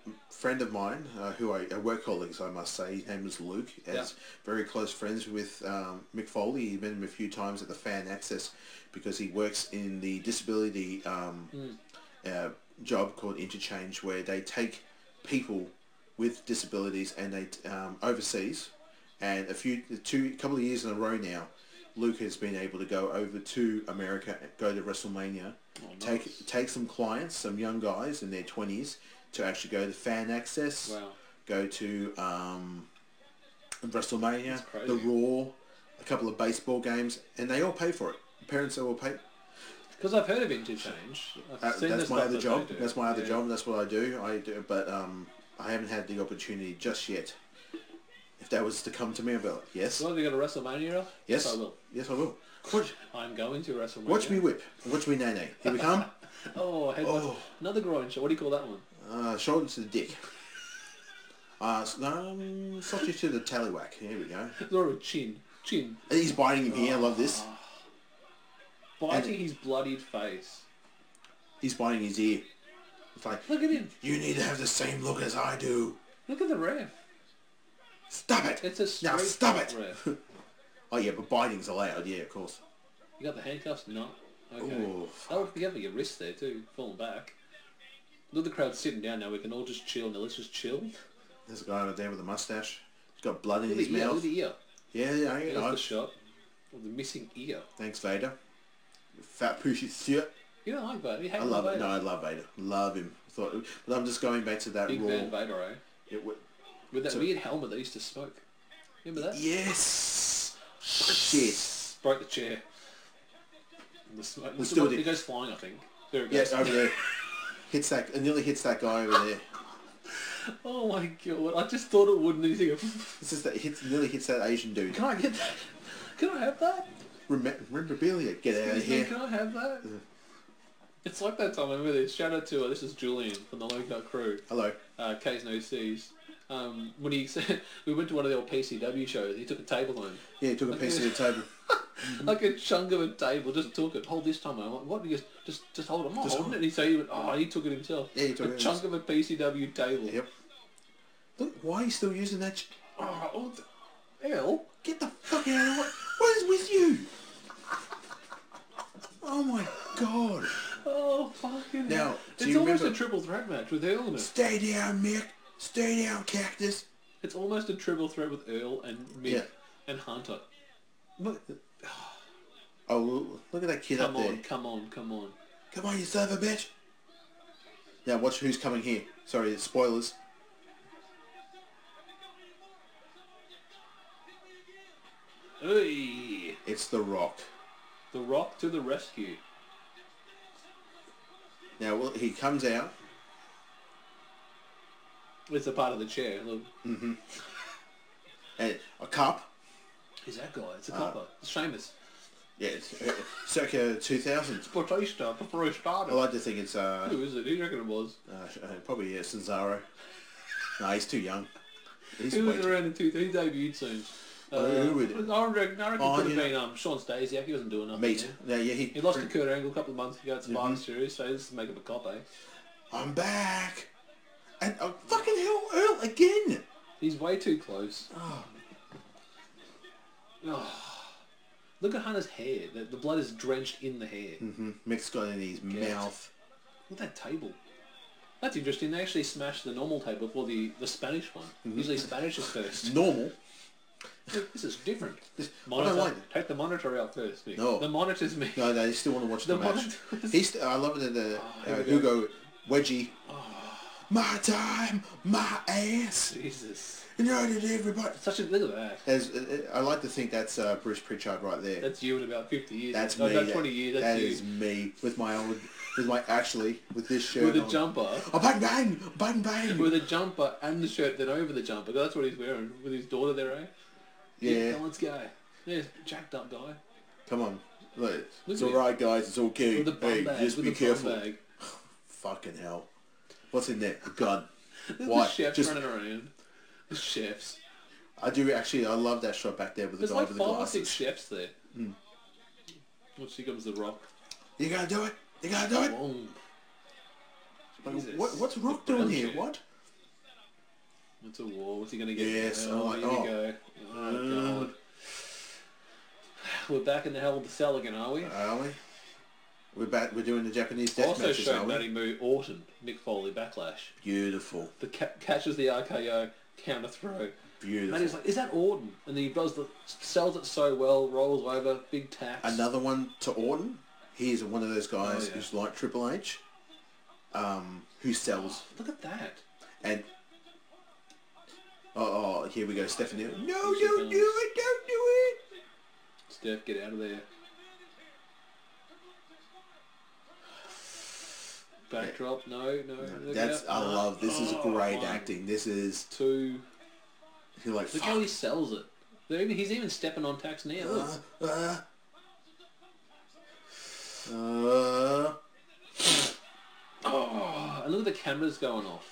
a friend of mine, uh, who I, uh work colleagues, I must say, his name was Luke, as Yeah. very close friends with um, Mick Foley. He met him a few times at the Fan Access because he works in the disability um, uh, job called Interchange, where they take people with disabilities and they um, overseas. And a few, two, couple of years in a row now, Luke has been able to go over to America, go to WrestleMania, Oh, take take some clients, some young guys in their twenties, to actually go to Fan Access, Wow. go to um, WrestleMania, crazy. the Raw, a couple of baseball games, and they all pay for it. Parents all pay. Because I've heard of Interchange. I've Uh, seen that's the my stuff other that job. they do. That's my other Yeah. job. That's what I do. I do, but um, I haven't had the opportunity just yet. If that was to come to me about, it, yes, Well, have you got a WrestleMania? up? yes, I will. yes, I will. *laughs* Watch, I'm going to WrestleMania. watch me whip. Watch me nay nay. Here we *laughs* come. Oh, head Oh. another groin shot. What do you call that one? *laughs* Uh, shoulder to the dick. Uh, s- um, sausage to the tallywhack. Here we go. It's not a chin. Chin. He's biting him here. I love this. Biting his bloodied face. He's biting his ear. It's like Look at him. you need to have the same look as I do. Look at the ref. Stop it. It's a now. straight Stop shot it. ref. *laughs* Oh yeah, but biting's allowed. Yeah, of course. You got the handcuffs? No. Okay. Ooh, Oh, you have your wrist there too, falling back. Look, at the crowd's sitting down now. We can all just chill now. Let's just chill. There's a guy over there with a mustache. He's got blood in Look his at the ear. Look at mouth. the ear. Yeah, yeah, There's yeah. the I- shot. of the missing ear. Thanks, Vader. You Fat pushy shit. You don't like Vader. You hate I love Vader. it. No, I love Vader. Love him. Thought, but I'm just going back to that Big raw. Van Vader, eh? It w- With that So- weird helmet they used to smoke. Remember that? yes. Shit. Broke the chair. And the smoke. Let's the do smoke- it. It goes flying, I think. There it Yeah, goes. over there. Hits that. It nearly hits that guy over there. Oh my god! I just thought it wouldn't. And you think, *laughs* It's just that. it Hits. Nearly hits that Asian dude. can I get that? Can I have that? Rem- memorabilia. Get out of He's here. like, Can I have that? It's like that time I remember this. Shout out to uh, this is Julian from the Low Cut Crew. Hello. Uh, K's no C's. Um, when he *laughs* said we went to one of the old PCW shows, he took a table home, Yeah, he took a *laughs* piece of the table. like a chunk of a table, just took it. Hold this time. I went, what? He goes, just just hold it. I'm not Just holding it. And he so he went, oh, he took it himself. Yeah, he took a it. chunk of a PCW table. Yep. Look, why are you still using that? ch- Oh, what the hell? Get the fuck out of the way. What is with you? Oh my god. Oh fucking. Now, hell. do it's you almost remember- a triple threat match with Earl in it. Stay down, Mick. Stay down, Cactus. It's almost a triple threat with Earl and Mick Yeah. and Hunter. Look. Oh, lo- look at that kid Come up on, there. come on, come on. Come on, you son of a bitch. Now watch who's coming here. Sorry, it's spoilers. Hey, It's The Rock. the Rock to the rescue. Now well, he comes out. It's a part of the chair. Look, Mm. And a cup. who's that guy? It's a Uh, copper. It's Seamus. Yeah, it's, uh, circa 2000s. Batista before he started. I like to think it's uh, Who is it? Who do you reckon it was? uh uh, probably uh, Cesaro. No, he's too young. He's He way was too around in two. He debuted soon. Uh, Oh, who would it- I reckon, I reckon Oh, it could you have know- been um, Sean Stasiak. He wasn't doing nothing. Meat. Mm-hmm. there. Yeah, yeah, he, He lost to Kurt Angle a couple of months ago at Survivor Series, so this is make up a cop, eh? I'm back. And oh, fucking hell, Earl again. He's way too close. Oh. Look at Hunter's hair. The, the blood is drenched in the hair. Mm-hmm. Mick's got it in his mouth. Look at that table. That's interesting. They actually smashed the normal table before the, the Spanish one. Mm-hmm. Usually Spanish is first. Normal. Look, this is different. Mm-hmm. I don't Monitor. like it. Take the monitor out first, Nick. No. The monitor's me. No, no, they still want to watch the, The match. monitors. He's. St- I love it that the Oh, here uh, we go. Oh. Hugo Wedgie. My time, my ass. Jesus. You know that everybody. Such a... Look at that. As, uh, uh, I like to think that's uh, Bruce Pritchard right there. That's you in about 50 years. That's no, me. About that- 20 years. That's that you. is me with my old, with my actually with this shirt With a on. jumper. Oh bang bang bang bang. With a jumper and the shirt then over the jumper. That's what he's wearing with his daughter there, eh? yeah, Balanced guy. Yeah, jacked up guy. come on. Look, it's at all him. right, guys. It's okay. With a bum Hey, bag. just with be a careful. Bum bag. Fucking hell. What's in there? A gun. *laughs* There's Why? The chef Just, running around. The chefs. I do actually. I love that shot back there with the There's guy like with five the or glasses. Hmm. six chefs there. Once here comes the rock. You gotta do it. You gotta do it. Boom. Like, Jesus. what, what's Rock The doing brown here? shit. What? It's a war. What's he gonna get? Yes, Oh, I'm like, here oh. we go. Mm. Oh god. We're back in the hell of the cell again, are we? Are we? We're back. We're doing the Japanese death also matches, are showed we? Matty Moo Orton, Mick Foley backlash. Beautiful. The ca- catches the RKO counter throw. Beautiful. Matty's like, is that Orton? And then he does the sells it so well, rolls over, big tax. Another one to Orton. He's one of those guys Oh, yeah. who's like Triple H, um, who sells Look at that. and. Oh, oh, here we go, Stephanie. No, don't do it, don't do it. Steph, get out of there. Backdrop, no, no. look That's out. I No. love. This is great one, acting. This is Two. you're like "Uh, Look how fuck. he sells it. They're even- He's even stepping on tax now. Look. Uh, uh, uh, Oh, and look at the cameras going off.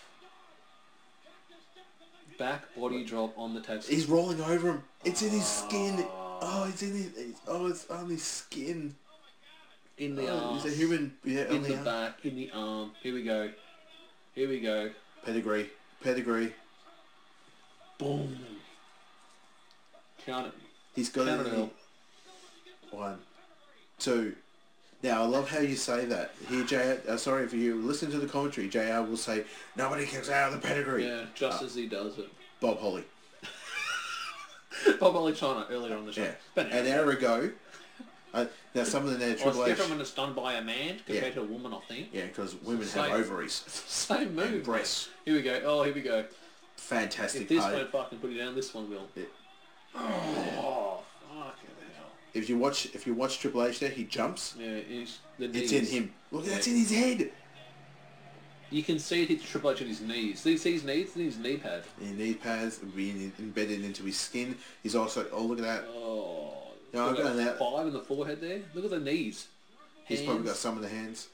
Back body drop on the tax. he's rolling over him. It's in his skin. Oh, it's in his. it's- Oh, it's on his skin. in the Oh, arm. he's a human. Yeah, Ah, in on the the arm. back, in the arm. Here we go. Here we go. pedigree. Pedigree. Boom. Count it. He's got Count it. it in- all. One, two. Now I love how you say that. Here, JR. Uh, sorry if you listen to the commentary. JR will say nobody comes out of the pedigree. Yeah, just as he does it. *laughs* Bob Holly. Bob China earlier on the show. Yeah. But An hour ago. Uh, now some of the now well, it's Triple H. different when it's done by a man compared Yeah. to a woman, I think. Yeah, because women have Same. ovaries. Same move. breasts. Here we go. Oh, here we go. Fantastic If this part. won't fucking put you down, this one will. Yeah. Oh, fucking hell. If you watch, if you watch Triple H, there he jumps. Yeah, it's, the It's knees. in him. Look, that's in his head. You can see it hits Triple H in his knees. These these knees, these knee pad. And knee pads are being embedded into his skin. He's also. Oh, look at that. Oh, No, I've look at got that. Five in the forehead there. Look at the knees. He's probably got Hands. some of the hands.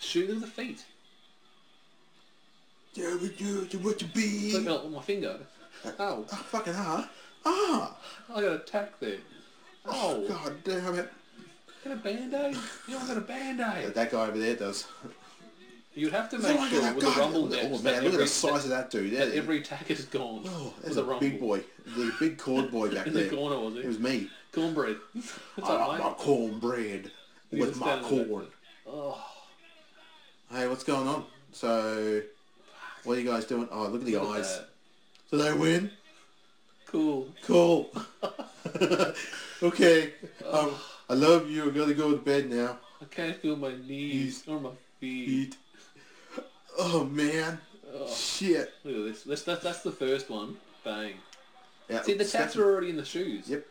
Shoot at the feet. Yeah, but you, you want to be. Look at my finger. *laughs* Oh, Oh, fucking ah. Ah. I got a tack there. Oh, God damn it. got a band-aid? You don't got Yeah, a band-aid. that Oh, guy over there does. You'd have to Look make at sure that with the guy. rumble Look at- next Oh, that man, look at every- the size of that dude. that Yeah. every tack is gone. Oh, with there's a rumble. big boy. The big cord boy back In the there. corner, was he? It was me. *laughs* Cornbread. It's I like alright. my cornbread He with was my standing there. corn. Oh, Hey, what's going on? So, what are you guys doing? Oh, look at the look at eyes. that. So they win? Cool. Cool. *laughs* okay. Um, I love you. I'm going to go to bed now. I can't feel my knees or my feet. Eat. Oh, man. Shit. Look at this. That's, that's, that's the first one. Bang. Yeah, See, the second- tats are already in the shoes. Yep.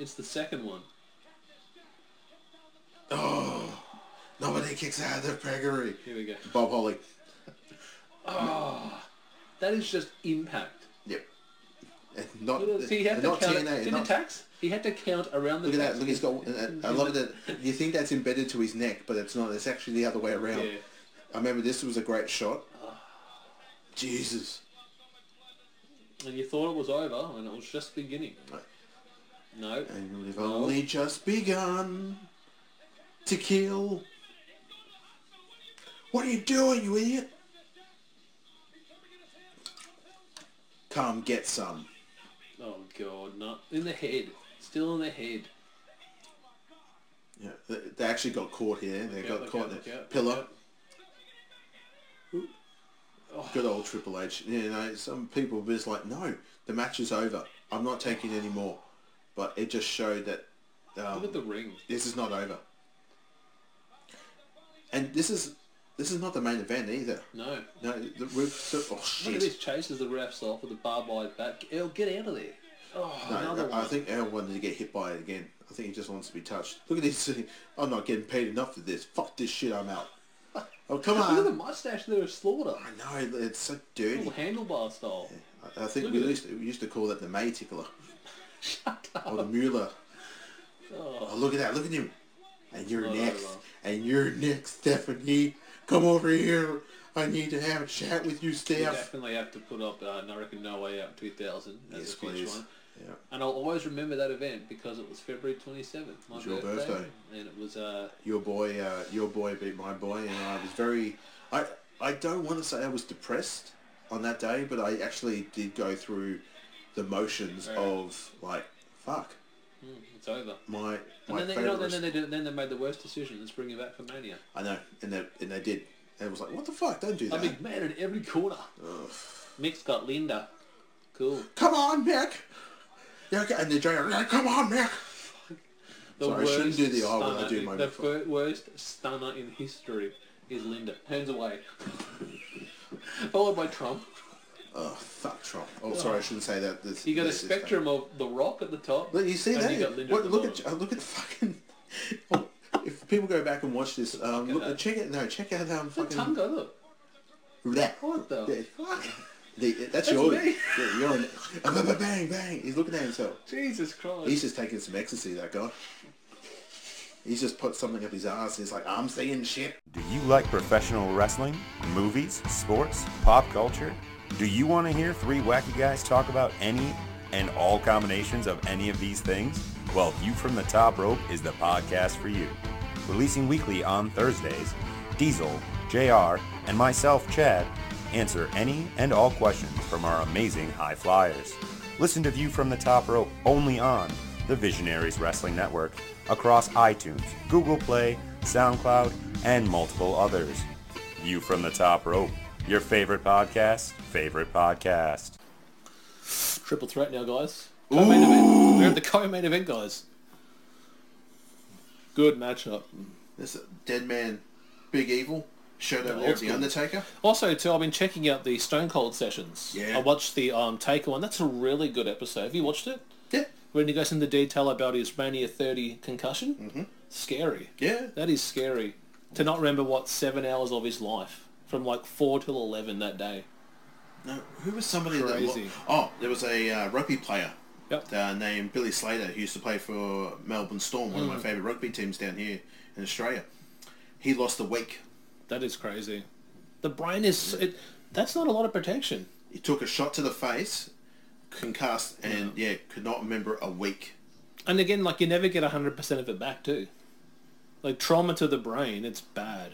It's the second one. Oh, nobody kicks out of their pedigree. Here we go. Bob Holly. That is just impact. Yep. And not, See, he had and to not count. TNA. and see the not, tax? He had to count around the look at tax. that. Look, he's got. and I love that. You think that's embedded to his neck, but it's not. It's actually the other way around. Yeah. Ah. I remember this was a great shot. Jesus. And you thought it was over, and it was just beginning. No. And we've only just begun to kill. What are you doing, you idiot? Come get some. Oh god, no. In the head. Still in the head. Yeah, they, they actually got caught here. They Yeah, got look caught out, in look the out, pillar. look Good old Triple H. You know, some people were just like, no, the match is over. I'm not taking any more. But it just showed that Look at um, the ring. this is not over. And this is this is not the main event either. No. No, the roof. So, oh Look at shit! this. Chases the refs off with a barbed wire bat. Earl, get out of there. Oh, another No, I one. I think Earl wanted to get hit by it again. I think he just wants to be touched. Look at this. I'm not getting paid enough for this. Fuck this shit. I'm out. *laughs* Oh come Look at the on. mustache there of Slaughter. I know it's so dirty. Little handlebar style. I- I think Oh, Look we at it. used, to, we used to call that the May *laughs* tickler. Or the Mueller. Oh. look at that. Look at him. And you're Oh, next. well. And you're next, Stephanie. Come over here. I need to have a chat with you, We Steph. definitely have to put up, uh, I reckon, No Way Out 2000 as Yes, a finish please. one. Yeah. And I'll always remember that event because it was February 27th, my was your birthday. And it was, uh, Your boy, uh, your boy beat my boy, and I was very. I I don't want to say I was depressed on that day, but I actually did go through the motions of like, fuck, it's over. my And my then they, you favorite. know, then, then, they did, then they made the worst decision, let's bring him back for Mania. I know, and they and they did. And it was like, what the fuck? Don't do that. I mean, man, in every corner. Mick's got Linda. Cool. Come on, Mick. Yeah, okay, and the driver, "Yeah, come on, Mick. The Sorry, I shouldn't do the eye when I stunner do in- my The microphone. fir- worst stunner in history is Linda. Turns away. *laughs* Followed by Trump. Oh, fuck Trump. Oh, sorry, I shouldn't say that. This, You got a this- this spectrum of The Rock at the top. Look, you see and that? You got Linda What- at the look *laughs* bottom. at uh, look at fucking. Oh, if people go back and watch this. Um, Check it look, out. check it. No, check out um, The fucking. tongue go, look. That. What the Yeah. fuck? The- that's, That's your. me. Yeah, you're on. Bang, *laughs* bang, bang. He's looking at himself. Jesus Christ. He's just taking some ecstasy, that guy. He's just put something up his ass. He's like, I'm seeing shit. Do you like professional wrestling, movies, sports, pop culture? Do you want to hear three wacky guys talk about any and all combinations of any of these things? Well, View from the Top Rope is the podcast for you. Releasing weekly on Thursdays, Diesel, JR, and myself, Chad, answer any and all questions from our amazing high flyers. Listen to View from the Top Rope only on the Visionaries Wrestling Network across iTunes, Google Play, SoundCloud, and multiple others. View from the Top Rope, your favorite podcast, favorite podcast. Triple threat now, guys. Co-main event. We're at the co-main event, guys. Good matchup. This dead man, big evil, showed up No, there old the school. Undertaker. Also, too, I've been checking out the Stone Cold sessions. Yeah. I watched the um, Taker one. That's a really good episode. Have you watched it? Yeah. When he goes into detail about his Mania 30 concussion. Mm-hmm. Scary. Yeah. That is scary. To not remember, what, seven hours of his life. From like 4 till 11 that day. No, who was somebody Crazy. that? Oh, there was a uh, rugby player Yep. uh, named Billy Slater who used to play for Melbourne Storm, one of my Mm. favourite rugby teams down here in Australia. He lost a week. That is crazy. The brain is... It, that's not a lot of protection. He took a shot to the face, concussed, and yeah, could not remember a week. And again, like you never get hundred percent of it back too. Like trauma to the brain, it's bad.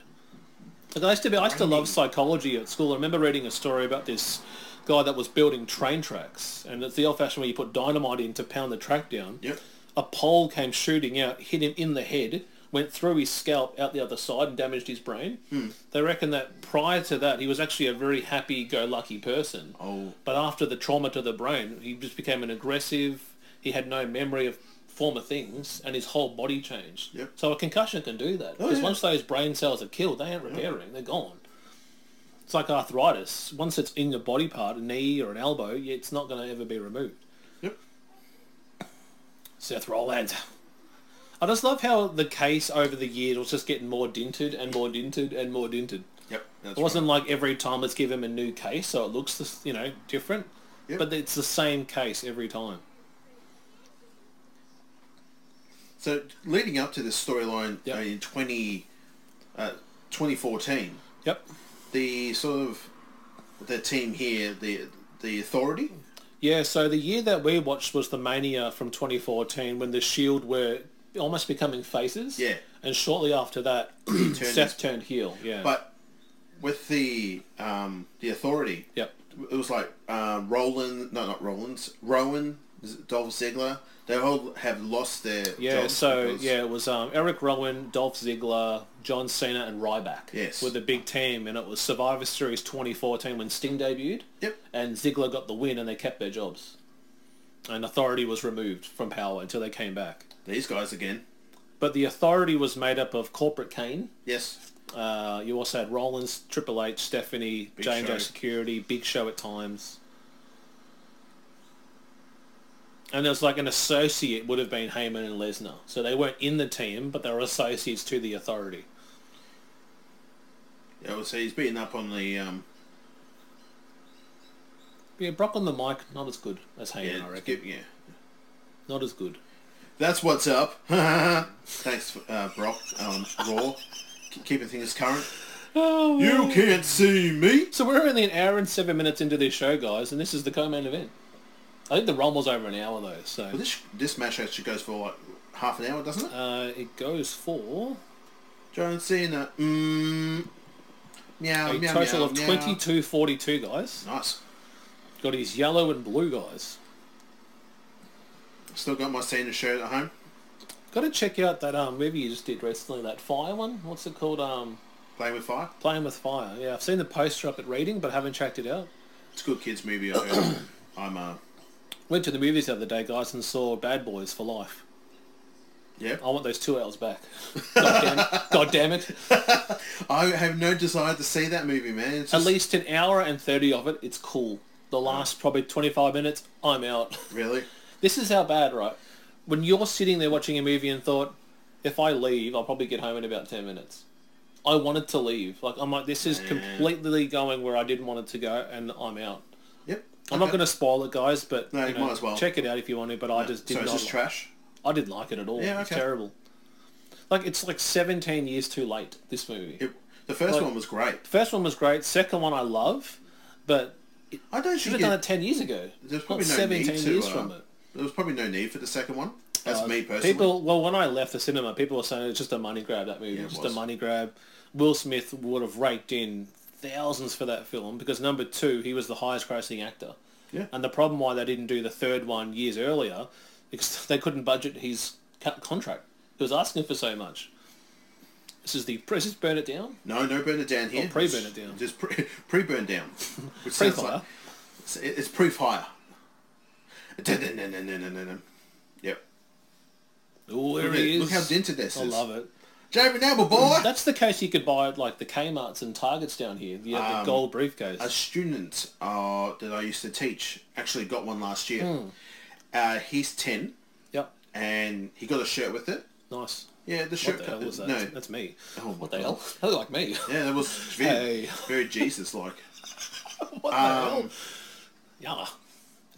Like I used to be, I used to love psychology at school. I remember reading a story about this guy that was building train tracks, and it's the old-fashioned way you put dynamite in to pound the track down. Yep. A pole came shooting out, hit him in the head, went through his scalp out the other side, and damaged his brain. Hmm. They reckon that prior to that, he was actually a very happy-go-lucky person. Oh. But after the trauma to the brain, he just became an aggressive. He had no memory of former things, and his whole body changed. Yep. Oh, So a concussion can do that. Because yeah. once those brain cells are killed, they ain't repairing. They're gone. It's like arthritis. Once it's in your body part, a knee or an elbow, yeah, it's not going to ever be removed. Yep. Seth Rollins. I just love how the case over the years was just getting more dinted and more dinted and more dinted. Yep. That's It wasn't like every time let's give him a new case, so it looks this- you know different, Yep. but it's the same case every time. So leading up to this storyline Yep. uh, in 20, uh, 2014, Yep. the sort of the team here, the the authority, Yeah. So the year that we watched was the Mania from 2014 when the Shield were almost becoming faces. Yeah. And shortly after that, Seth turned heel. Yeah. but with the um, the authority, yep. it was like uh, Roland, no, not Rollins, Rowan, Dolph Ziggler. They all have lost their Yeah. jobs so because- yeah, it was um, Eric Rowan, Dolph Ziggler, John Cena, and Ryback. Yes. Were the big team, and it was Survivor Series 2014 when Sting debuted. Yep. and Ziggler got the win and they kept their jobs. And authority was removed from power until they came back. These guys again. But the authority was made up of Corporate Kane. Yes. Uh, you also had Rollins, Triple H, Stephanie, Big J&J Show. Security, Big Show at times. And there's like an associate would have been Heyman and Lesnar. So they weren't in the team, but they were associates to the authority. Yeah, well, so he's beating up on the um, Yeah, Brock on the mic, not as good as Heyman, yeah, I reckon. skip, yeah. Not as good. That's what's up. *laughs* Thanks, uh, Brock on Raw, K- keeping things current. You can't see me. So we're only an hour and seven minutes into this show, guys, and this is the co-main event. I think the Rumble's over an hour though, so Well, this this match actually goes for like half an hour, doesn't it? uh, it goes for John Cena. Mm, meow, a meow, total meow, of meow. twenty-two forty-two, guys. Nice. Got his yellow and blue, guys. Still got my Cena shirt at home. Got to check out that um movie you just did recently, that Fire one. What's it called? Um, Playing with fire. Playing with Fire. Yeah, I've seen the poster up at Reading, but haven't checked it out. It's a good kids movie. I *coughs* heard. I'm uh, Went to the movies the other day, guys, and saw Bad Boys for Life. yeah. I want those two hours back. God damn it! God damn it! I have no desire to see that movie, man. It's At just, least an hour and 30 of it, it's cool. The last probably 25 minutes, I'm out. really. this is how bad, right? When you're sitting there watching a movie and thought, if I leave, I'll probably get home in about ten minutes. I wanted to leave. Like I'm like, this is completely going where I didn't want it to go, and I'm out. Yep. I'm not Okay. going to spoil it, guys, but No, you you know, might as well. check it out if you want to. But I just did So not. it's just like- trash. I didn't like it at all. Yeah, It's okay. terrible. Like it's like 17 years too late. This movie. It, the first Like- one was great. First one was great. Second one I love, but it I don't should think have it, done it 10 years ago. there's Not probably no 17 need to. years uh, from it. There was probably no need for the second one. That's Uh, me personally. People, well, when I left the cinema, people were saying it's just a money grab. That movie, Yeah, it just was. a money grab. Will Smith would have raked in thousands for that film because number two, he was the highest-grossing actor. Yeah. And the problem why they didn't do the third one years earlier, because *laughs* they couldn't budget his co- contract. He was asking for so much. This is the this is burn it down. No, no burn it down here. Oh, pre-burn it down. Just pre, *laughs* pre-burn *laughs* down. Which sounds Pre-fire. like- it's, it's pre-fire. Dun-dun-dun-dun-dun-dun-dun. Yep. Oh, there Look he at- is. look how dented this I is. love it. Mm, Jamie Noble, boy! That's the case you could buy at like the Kmart's and Targets down here. The, the gold briefcase. Um, a student uh, that I used to teach actually got one last year. Hmm. Uh, he's 10 yep. and he got a shirt with it. Nice. Yeah, the shirt. What the hell co- was that? No. That's me. Oh, what my God. the hell? That looked like me. *laughs* Yeah, that was very, Hey. *laughs* very Jesus-like. what the Um, hell? Yeah.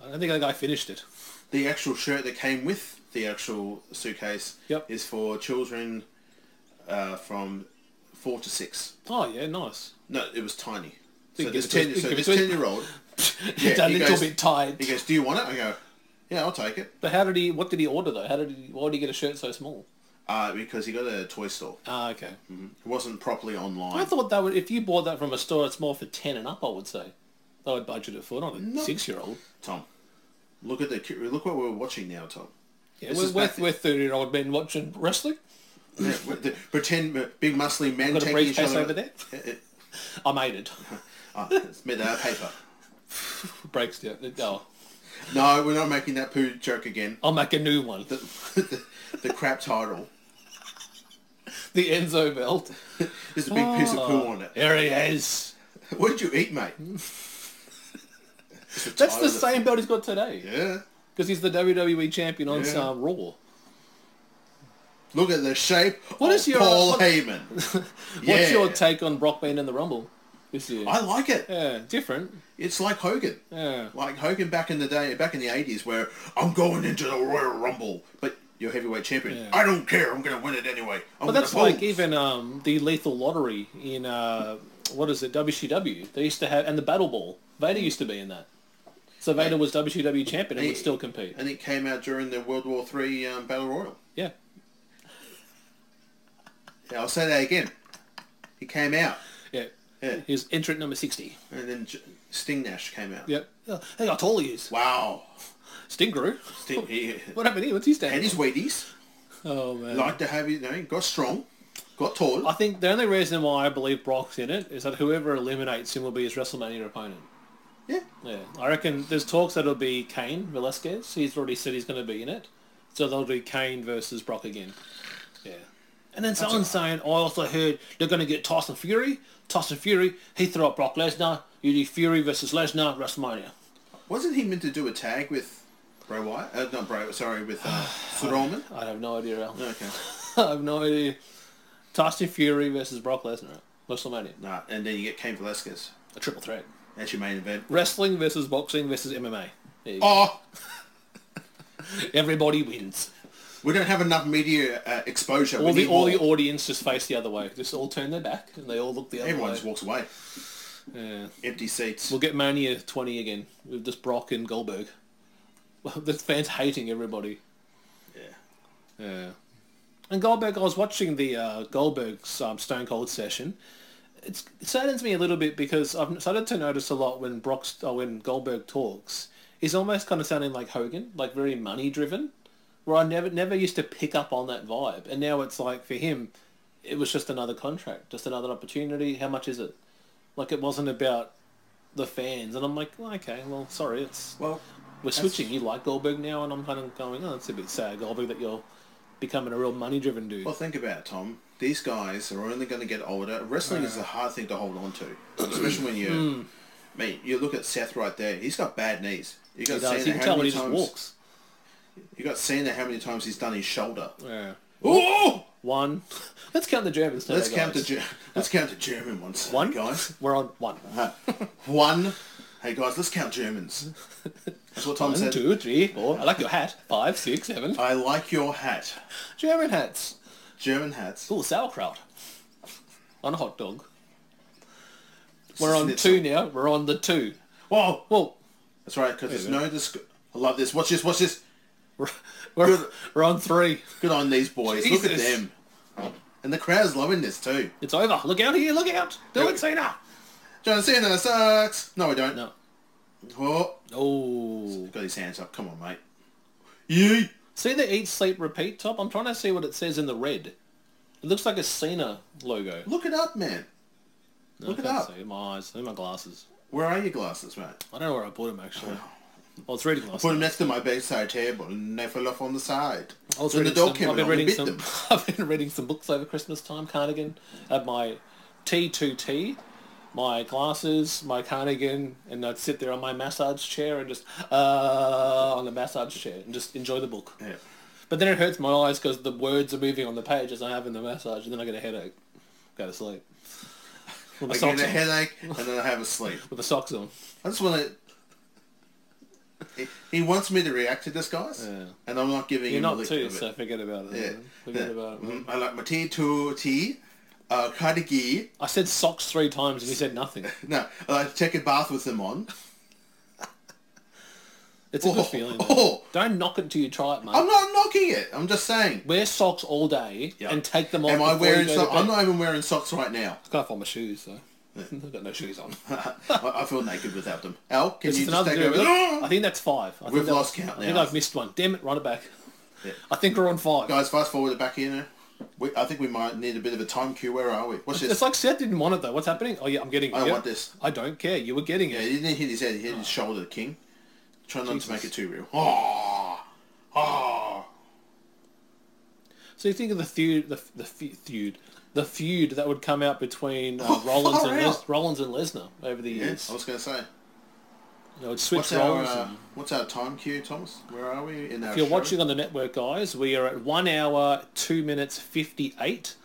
I don't think that guy finished it. The actual shirt that came with the actual suitcase Yep. is for children uh, from four to six. Oh, yeah, nice. *laughs* No, it was tiny. Think So this it's- ten, so think this it's- ten-year-old, it's a he little goes- bit tight. he goes, "Do you want it?" I go, "Yeah, I'll take it." But how did he, what did he order though? How did he, why did he get a shirt so small? Uh, because he got a toy store. Ah, okay. It wasn't properly online. I thought that would, if you bought that from a store, it's more for 10 and up, I would say. They would budget it for, not a six-year-old. Tom, look at the ki- look what we're watching now, *laughs* Tom. Yeah, This we're, is we're, back then. we're 30-year-old men watching wrestling. Yeah, with the pretend uh, big muscly men Got a taking each briefcase other. *laughs* over there. I made it. *laughs* Oh, it's made out of paper. Breaks down. Oh, No, we're not making that poo joke again. *laughs* I'll make a new one. The, the, the crap title. The Enzo belt. There's a big piece of poo on it. There he is. What did you eat, mate? That's I the was a- same belt he's got today Yeah. because he's the WWE champion on Yeah. um, Raw. Look at the shape What of is your- Paul what- Heyman. *laughs* What's your Yeah. take on Brock being in the Rumble this year? I like it. yeah, different. It's like Hogan. Yeah. Like Hogan back in the day, back in the 80s, where I'm going into the Royal Rumble, but you're heavyweight champion. Yeah. I don't care. I'm going to win it anyway. I'm But gonna that's like pull. even um, the Lethal Lottery in uh, what is it WCW? They used to have and the Battle Ball. Vader used to be in that. So Vader was WCW champion and would still compete. And it came out during the World War Three um, Battle Royal. Yeah. Yeah, I'll say that again. He came out, Yeah. Yeah. He was entrant number 60. and then J- Sting Nash came out. Yep. Oh, hey, how tall he is. Wow. Sting grew. Sting, he What happened here? What's he had standing? his Wheaties. Oh, man. Liked to have his, you know, he got strong, got tall. I think the only reason why I believe Brock's in it is that whoever eliminates him will be his WrestleMania opponent. yeah. Yeah, I reckon there's talks that it'll be Kane Velasquez. He's already said he's going to be in it, so they'll do Kane versus Brock again. Yeah, and then someone's saying, I also heard they're going to get Tyson Fury. Tyson Fury, he threw up Brock Lesnar. You do Fury versus Lesnar WrestleMania. Wasn't he meant to do a tag with Bray Wyatt? Uh, not Bray. Sorry, with *sighs* uh, Strowman. I have no idea. *laughs* Al. Okay. I have no idea. Tyson Fury versus Brock Lesnar WrestleMania, Nah, and then you get Cain Velasquez. a triple threat. That's your main event. Wrestling versus boxing versus MMA. There you go. Oh, Everybody wins. we don't have enough media uh, exposure. We All the, need all more. the audience just face the other way. Just all turn their back and they all look the other Everyone just way. walks away. Yeah. Empty seats. We'll get Mania 20 again with just Brock and Goldberg. *laughs* Well, the fans hating everybody. Yeah. Yeah. And Goldberg, I was watching the uh, Goldberg's um, Stone Cold session. It's, it saddens me a little bit because I've started to notice a lot when Brock's, uh, when Goldberg talks, he's almost kind of sounding like Hogan, like very money driven. Where I never never used to pick up on that vibe, and now it's like for him, it was just another contract, just another opportunity. How much is it? Like it wasn't about the fans, and I'm like, well, okay, well, sorry, it's Well, we're switching. You like Goldberg now, and I'm kind of going, oh, it's a bit sad, Goldberg, that you're becoming a real money-driven dude. well, think about it, Tom. These guys are only going to get older. Wrestling is a hard thing to hold on *clears throat* to, especially when Hmm. you. Mate, you look at Seth right there. He's got bad knees. You got he does. Cena You can how tell when many he just times- walks. You got Cena how many times he's done his shoulder. Yeah. Oh, one. *laughs* Let's count the Germans. Today, Let's count the guys. Ger- let's count the German ones. one. guys. We're on one. Uh, one. Hey guys, let's count Germans. That's Uh, what Tom One, said. two, three, four. I like your hat. Five, six, seven. I like your hat. German hats. German hats. Ooh, sauerkraut. On a hot dog. We're on Schnitzel. two now. We're on the two. Whoa, Well, that's right. Because there's no. Disc- I love this. Watch this. Watch this. we're, we're, Good. we're on three. Good on these boys. Look at Jesus. them. And the crowd's loving this too. It's over. Look out here. Look out. Do Here we it, Cena. John Cena sucks. No, we don't. No. Oh, Oh. got his hands up. Come on, mate. Yee. See the eat, sleep, repeat top? I'm trying to see what it says in the red. It looks like a Cena logo. Look it up, man. Look I it can't up. see. My eyes. They're my glasses. Where are your glasses, mate? I don't know where I bought them, actually. I was reading last Oh. Put them night. next to my bedside table and they fell off on the side. I was Then the reading dog some, came I've and been along and reading bit some. them. *laughs* I've been reading some books over Christmas time. Cardigan, I had my T2T, my glasses, my cardigan, and I'd sit there on my massage chair and just uh, on the massage chair and just enjoy the book. Yeah. But then it hurts my eyes because the words are moving on the page as I have in the massage, and then I get a headache. Go to sleep. With my I socks get a on. headache and then I have a sleep. With the socks on. I just want to... He wants me to react to this, guys, Yeah. and I'm not giving You're him a not lick too, of it. so forget about it. yeah. Forget Yeah. about it. Mhm. I like my tea, two, tea, uh, cardigan. I said socks three times and you said nothing. No, I like to take a bath with them on. It's a Oh, good feeling. *laughs* though. oh. Don't knock it until you try it, mate. I'm not knocking it. I'm just saying. Wear socks all day Yeah. and take them off. Am I before you wearing go to socks? bed. I'm not even wearing socks right now. *laughs* I can't find my shoes, so *laughs* I've got no shoes on. I, I feel naked without them. Al, can This you is just another take dude. over? I think that's five. I think We've that- lost count I think now. I've missed one. Damn it, run it back. *laughs* Yeah. I think we're on five. Guys, fast forward it back here now. We, I think we might need a bit of a time cue. Where are we? What's this? It's like Seth didn't want it though. What's happening? Oh yeah, I'm getting it. I don't Yeah. want this. I don't care. You were getting Yeah, it. he didn't hit his head. He hit his shoulder, King. Try not to Jesus. make it too real. Oh, oh. So you think of the feud, the the fe- feud, the feud that would come out between uh, *laughs* Rollins far and Les- out. Rollins and Lesnar over the Yes, years. I was going to say. They would What's switch our roles. uh, and- what's our time cue, Thomas? Where are we in our If you're show? watching on the network, guys, we are at one hour, two minutes, 58.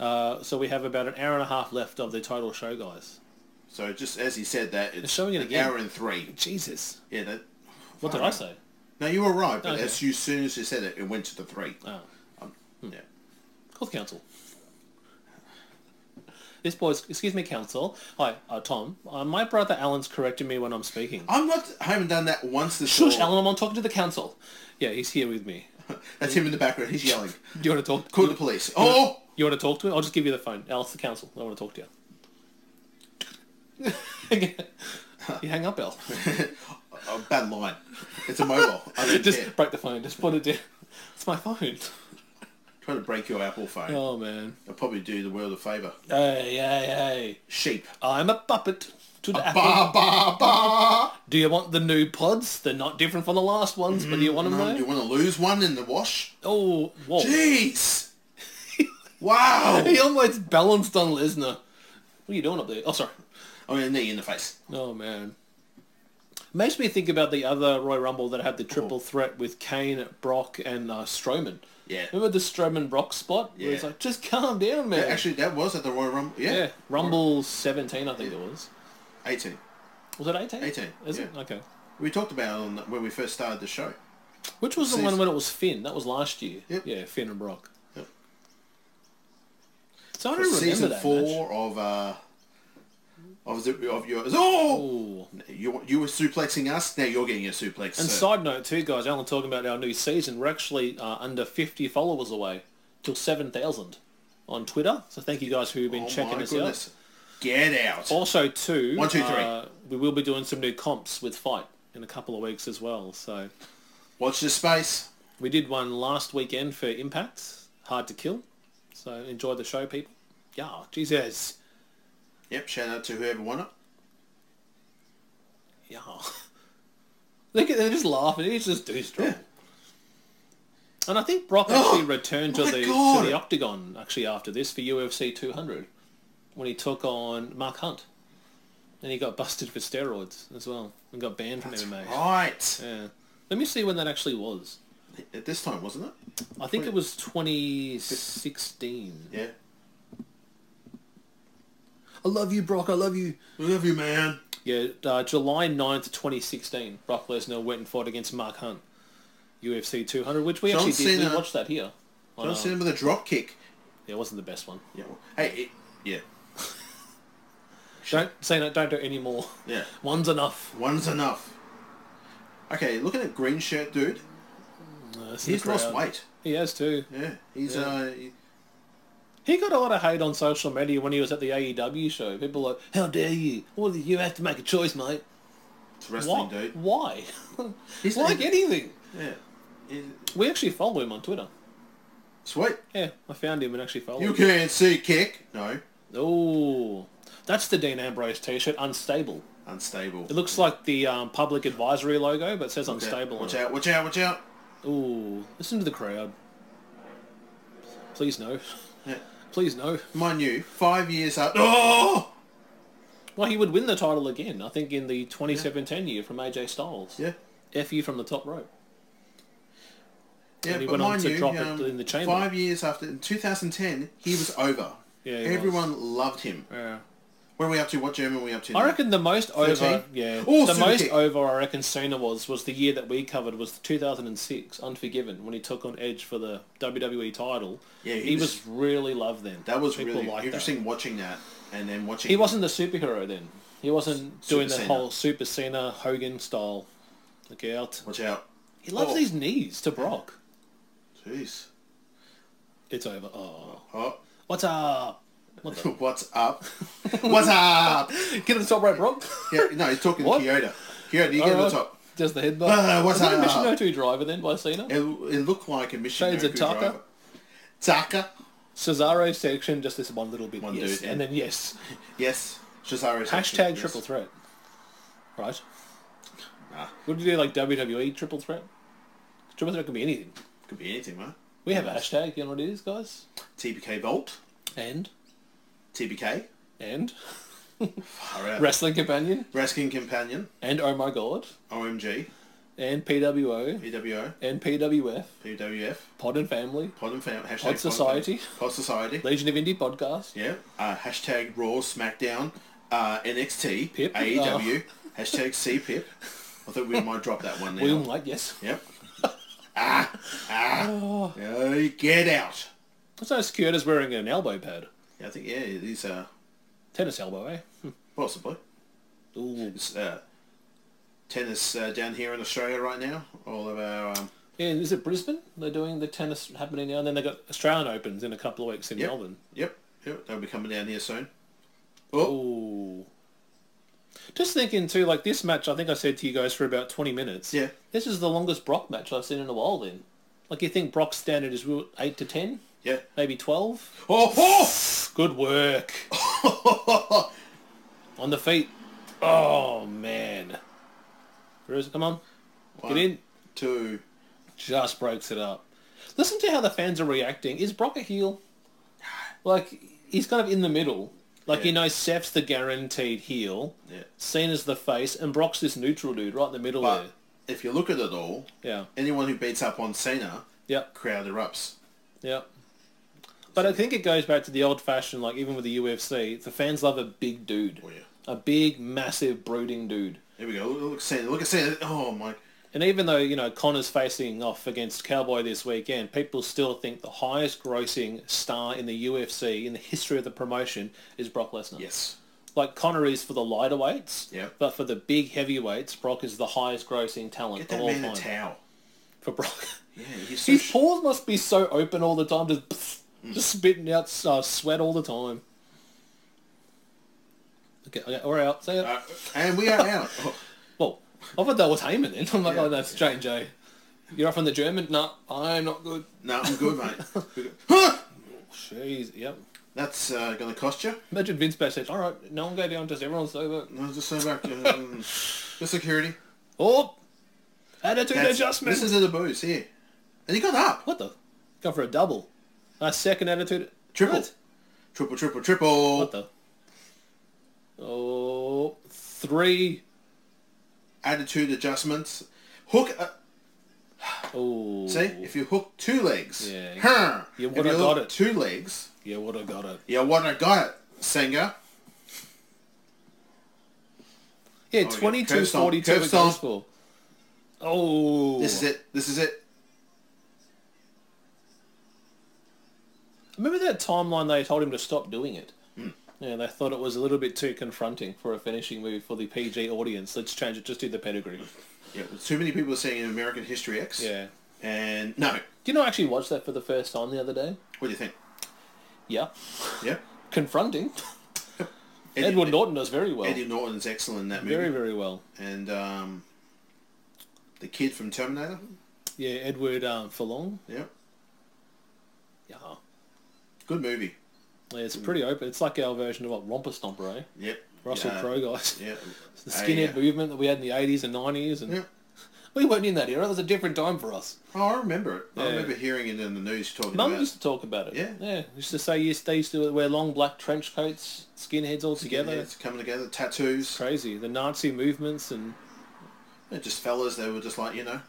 Uh, so we have about an hour and a half left of the total show, guys. So just as he said that, it's showing it an again. hour and three. Jesus. Yeah. That, What did I say? no, you were right, but Okay. as you- as soon as you said it, it went to the three. Oh, Yeah. call the council. This boy's, excuse me, council. Hi, uh, Tom. Uh, my brother Alan's correcting me when I'm speaking. I'm not. I haven't done that once this Shush, whole- Alan, I'm talking to the council. Yeah, he's here with me. That's him in the background. He's yelling. Do you want to talk? Call the police. Oh. You want to talk to him? I'll just give you the phone. Alice, the council. I want to talk to you. *laughs* you hang up, Al. Oh, bad line. It's a mobile. I don't *laughs* just care. break the phone. Just put it down. *laughs* It's my phone. Try to break your Apple phone. Oh man. It'll probably do the world a favour. Hey, hey, hey. Sheep. I'm a puppet to the apple. Ba ba ba. Do you want the new pods? They're not different from the last ones, but do you want them Um, you though? want to lose one in the wash? Oh, whoa. *laughs* Jeez. wow. He almost balanced on Lesnar. What are you doing up there? Oh, sorry. I'm gonna knee you in the face. Oh man. Makes me think about the other Roy Rumble that had Oh. the triple threat with Kane, Brock, and uh, Strowman. Yeah. Remember the Strowman Brock spot? Where it's Yeah. like, just calm down, man. Actually, that was at the Royal Rumble. Yeah. yeah. Rumble 17, I think it was. 18. Was it 18? 18, Is it? yeah. Okay. We talked about it on when we first started the show. Which was the Season- one when it was Finn? That was last year. Yep. Yeah, Finn and Brock. Yep. So I don't remember Season that four match. of uh, of the, of your oh Ooh. you you were suplexing us. Now you're getting a suplex. And sir. side note too, guys, Alan talking about our new season. We're actually uh, under 50 followers away till 7,000 on Twitter. So thank you guys who've been Oh checking my us Oh. goodness. Get out. out. Also too, One, two, three. uh, we will be doing some new comps with Fight in a couple of weeks as well. So Watch this space. we did one last weekend for Impact, Hard to Kill. So enjoy the show, people. Yeah, Jesus. Yep, shout out to whoever won it. Yeah. *laughs* Look at they're just laughing. He's just too strong. And I think Brock actually returned to my the God. to the octagon actually after this for UFC 200 when he took on Mark Hunt, and he got busted for steroids as well and got banned from MMA. Right. Yeah. Let me see when that actually was. at this time, wasn't it? I think it was 2016. Yeah. I love you, Brock. I love you. We love you, man. Yeah, uh, July 9th, 2016, Brock Lesnar went and fought against Mark Hunt, UFC 200, which we John actually did. Cena. We watched that here. on, John uh, Cena with a drop kick. Yeah, it wasn't the best one. Yeah. well, Hey, it, *laughs* yeah, Don't say no. Don't do any more. yeah. *laughs* One's enough. One's enough. Okay, look at that green shirt dude. Uh, this is He's the lost crowd. weight. He has too. Yeah, he's uh, he- He got a lot of hate on social media when he was at the AEW show. People were like, "How dare you? Well, you have to make a choice, mate." it's a wrestling Why? dude. Why? *laughs* He's like anything. Yeah, He's- We actually follow him on Twitter. sweet. Yeah, I found him and actually followed You him. can't see kick. No, Oh, that's the Dean Ambrose T-shirt. Unstable. unstable. It looks like the um, public advisory logo, but it says Watch out, unstable. Watch on out! Watch out! Watch out! it. Ooh, listen to the crowd. Please no. *laughs* Yeah. Please no. Mind you, five years up. Oh, Well, he would win the title again. I think in the 2017 year from AJ Styles. yeah, F you from the top rope. yeah. And he but went on mind to you, drop it um, in the chamber. Five years after, in 2010, he was over. Yeah, he everyone loved him. Yeah. Where are we up to? What German are we up to? I now? reckon the most over, 13? yeah, Oh, the super most kick. over I reckon Cena was was the year that we covered was 2006 Unforgiven when he took on Edge for the WWE title. Yeah, he, he was, was- really loved then. that was People really liked that. interesting watching that, and then watching. He wasn't the superhero then. He wasn't doing the Cena. whole Super Cena Hogan style. Look out! Watch out! He loves Oh. these knees to Brock. Jeez. It's over. Oh, Oh, what's up? What the- *laughs* what's up? *laughs* what's up? Get to the top *laughs* right, Brock. Yeah, no, he's talking What? Kyoto. Kyoto, you get to the Alright. top. Does the headbutt? Ah, what's Was that a up? Mission 02 driver then by Cena? It, it looked like a mission. Shades of Taka? Taka? Cesaro section, just this one little bit. One yes. dude, yeah. And then yes. Yes. Cesaro's Hashtag action, yes. triple threat. Right? Nah, Would you do like WWE triple threat? Triple threat can be anything. could be anything, man. We have a hashtag, you know what it is, guys? TBK Bolt. And? TBK. And? Far out. Wrestling Companion. Wrestling Companion. And Oh My God. OMG. And PWO. PWO. And PWF. PWF. Pod and Family. Pod and Fam. Hashtag Pod Society. Pod Society. Legion of Indie Podcast. Yeah. Uh, hashtag Raw, SmackDown, uh, NXT, Pip. AEW. E Hashtag CPIP. I thought we might drop that one now. William White, yes. Yep. ah, ah. Oh, get out. What's no secured as wearing an elbow pad? Yeah, I think yeah, it is uh, Tennis elbow, eh? possibly Ooh. it's, uh, tennis uh, down here in Australia right now. All of our um, Yeah, is it Brisbane? They're doing the tennis happening now, and then they got Australian Opens in a couple of weeks in yep, Melbourne. Yep, yep, they'll be coming down here soon. Oh, Oh. Ooh. Just thinking too, like this match, I think I said to you guys for about 20 minutes. Yeah. This is the longest Brock match I've seen in a while then. Like you think Brock's standard is what, 8 to 10? Yeah. Maybe 12? Oh, *laughs* Good work. oh! On the feet. Oh, man. Where is it? Come on. One, Get in. two. Just breaks it up. Listen to how the fans are reacting. Is Brock a heel? Like, he's kind of in the middle. Like, Yeah. you know, Seth's the guaranteed heel. Yeah, Cena's the face, and Brock's this neutral dude right in the middle but if you look at it all, there. Yeah. anyone who beats up on Cena, Yep. crowd erupts. Yep. But I think it goes back to the old-fashioned, like even with the UFC, the fans love a big dude, Oh yeah, a big, massive, brooding dude. here we go. Look, look at Cena. Look at Cena. Oh my. And even though you know Connor's facing off against Cowboy this weekend, people still think the highest-grossing star in the UFC in the history of the promotion is Brock Lesnar. Yes. Like Connor is for the lighter weights, Yep. but for the big heavyweights, Brock is the highest-grossing talent Get of that all man a time. towel. for Brock. *laughs* Yeah, he's so. His sh- pores must be so open all the time, just just spitting out uh, sweat all the time. Okay, okay we're out. See ya. uh, and we are out. Oh, well, I thought that was Heyman then. *laughs* I'm like, oh, that's Jane J. You're off on the German? No, I'm not good. no, I'm good, mate. We're good. Huh! Jeez, yep. That's uh, going to cost you. Imagine Vince Bass said, all right, no one go down, just everyone's over. No, just say back. *laughs* Um, the security. Oh, attitude That's- adjustment. This is in the booze here, and he got up. what the? Go for a double. A second attitude. Triple. What? Triple, triple, triple. What the? Oh, three. Attitude adjustments. Hook. Uh, Oh. See, if you hook two legs, Yeah. huh, You if would've hook got it. Two legs, Yeah, what I got it. you would have got it, singer. Yeah, Oh, yeah. 22 Curve stomp, 42 curve against stomp. goal. Oh. This is it. This is it. Remember that timeline they told him to stop doing it? Hmm. Yeah, they thought it was a little bit too confronting for a finishing move for the PG audience. Let's change it just to the pedigree. Yeah, well, too many people are seeing American History X. Yeah. And no, what Do you know I actually watched that for the first time the other day? do you think? Yeah. Yeah. Confronting. Eddie- Edward Norton does very well. Eddie Norton's excellent in that movie. Very, very well. And um, the kid from Terminator. Yeah, Edward um, Furlong. Yeah. Yeah. Good movie. Yeah, It's pretty open. It's like our version of what Romper Stomper, eh? Yep. Russell Hmm. Yeah. Crowe guys. Yeah. *laughs* The I, skinhead uh, movement that we had in the 80s and 90s. and Yeah. We weren't in that era. That was a different time for us. Oh, I remember it. I Yeah. remember hearing it in the news talking Mum about used to talk about it. Yeah. Yeah. Used to say yes, they used to wear long black trench coats, skinheads all together. It's coming together, tattoos. Crazy. The Nazi movements and They're just fellas, they were just like, you know.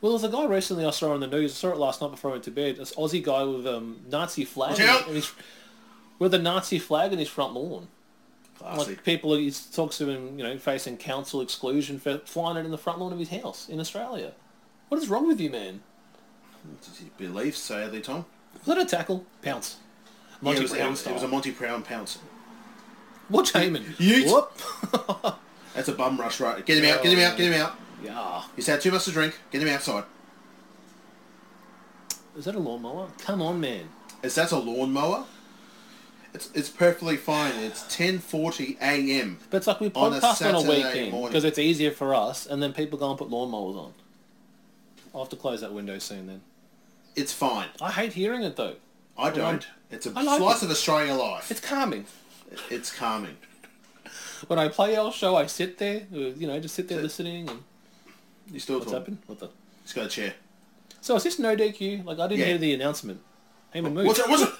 well, there was a guy recently I saw on the news. I saw it last night before I went to bed. This Aussie guy with um Nazi flag Watch in- out! in his, with a Nazi flag in his front lawn. Classy. Like people he talks to him, you know, facing council exclusion for flying it in the front lawn of his house in Australia. What is wrong with you, man? Beliefs, sadly, Tom. Was that a tackle? Pounce. Yeah, Monty it, was, it, Brown was, it was a style. Monty Brown pounce. Watch Heyman. Yeet. Whoop. *laughs* That's a bum rush, right? Get him out, get him out, get him out. Yeah. He's had too much to drink. Get him outside. Is that a lawnmower? Come on, man. Is that a lawnmower? It's, it's perfectly fine. It's 10.40 a.m. But it's like we On a podcast on a, Saturday weekend morning. because it's easier for us, and then people go and put lawnmowers on. I'll have to close that window soon then. It's fine. I hate hearing it though. I don't. It's a I like slice it. of Australian life. It's calming. It's calming. When I play our show, I sit there, uh, you know, just sit there listening and You still what's talking. happened? What the? He's got a chair. So is this no DQ? Like I didn't Yeah. hear the announcement. Heyman move. What's it? What's it?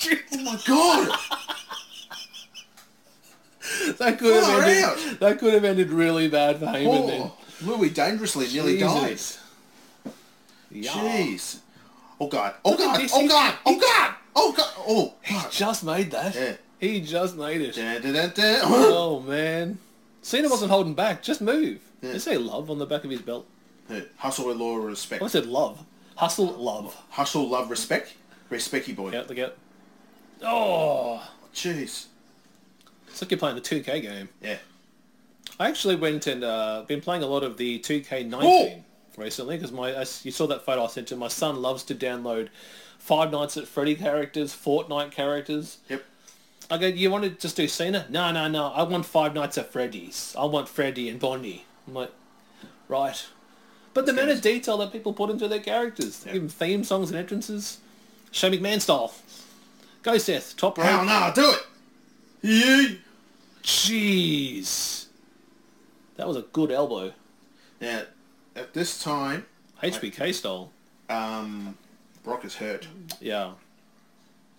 *laughs* oh my god! *laughs* That could have Far ended. That could have ended really bad for Heyman then. Oh, Louis dangerously nearly dies. Jesus. Yeah. Jeez. Oh god. Oh at god. this. Oh He's- god. Oh god. Oh god. Oh He god. just made that. Yeah. He just made it. Dun, dun, dun, dun. Oh man, Cena wasn't holding back. Just move. Yeah. They say love on the back of his belt. Yeah. Hustle with law and I respect. said love. Hustle, love. Hustle, love, respect. Respecty boy. Out the gap. Oh, Jeez. it's like you're playing the 2K game. Yeah. I actually went and uh, been playing a lot of the 2K19 recently because my I s you saw that photo I sent you. My son loves to download Five Nights at Freddy characters, Fortnite characters. Yep. I go, you want to just do Cena? No, no, no. I want Five Nights at Freddy's. I want Freddy and Bonnie. I'm like, right. But the amount of detail that people put into their characters, they give them theme songs and entrances, Show McMahon style. Go Seth, top row. Hell no, do it. Yeah. Jeez, that was a good elbow, Now, at this time, HBK style. um, Brock is hurt. Yeah.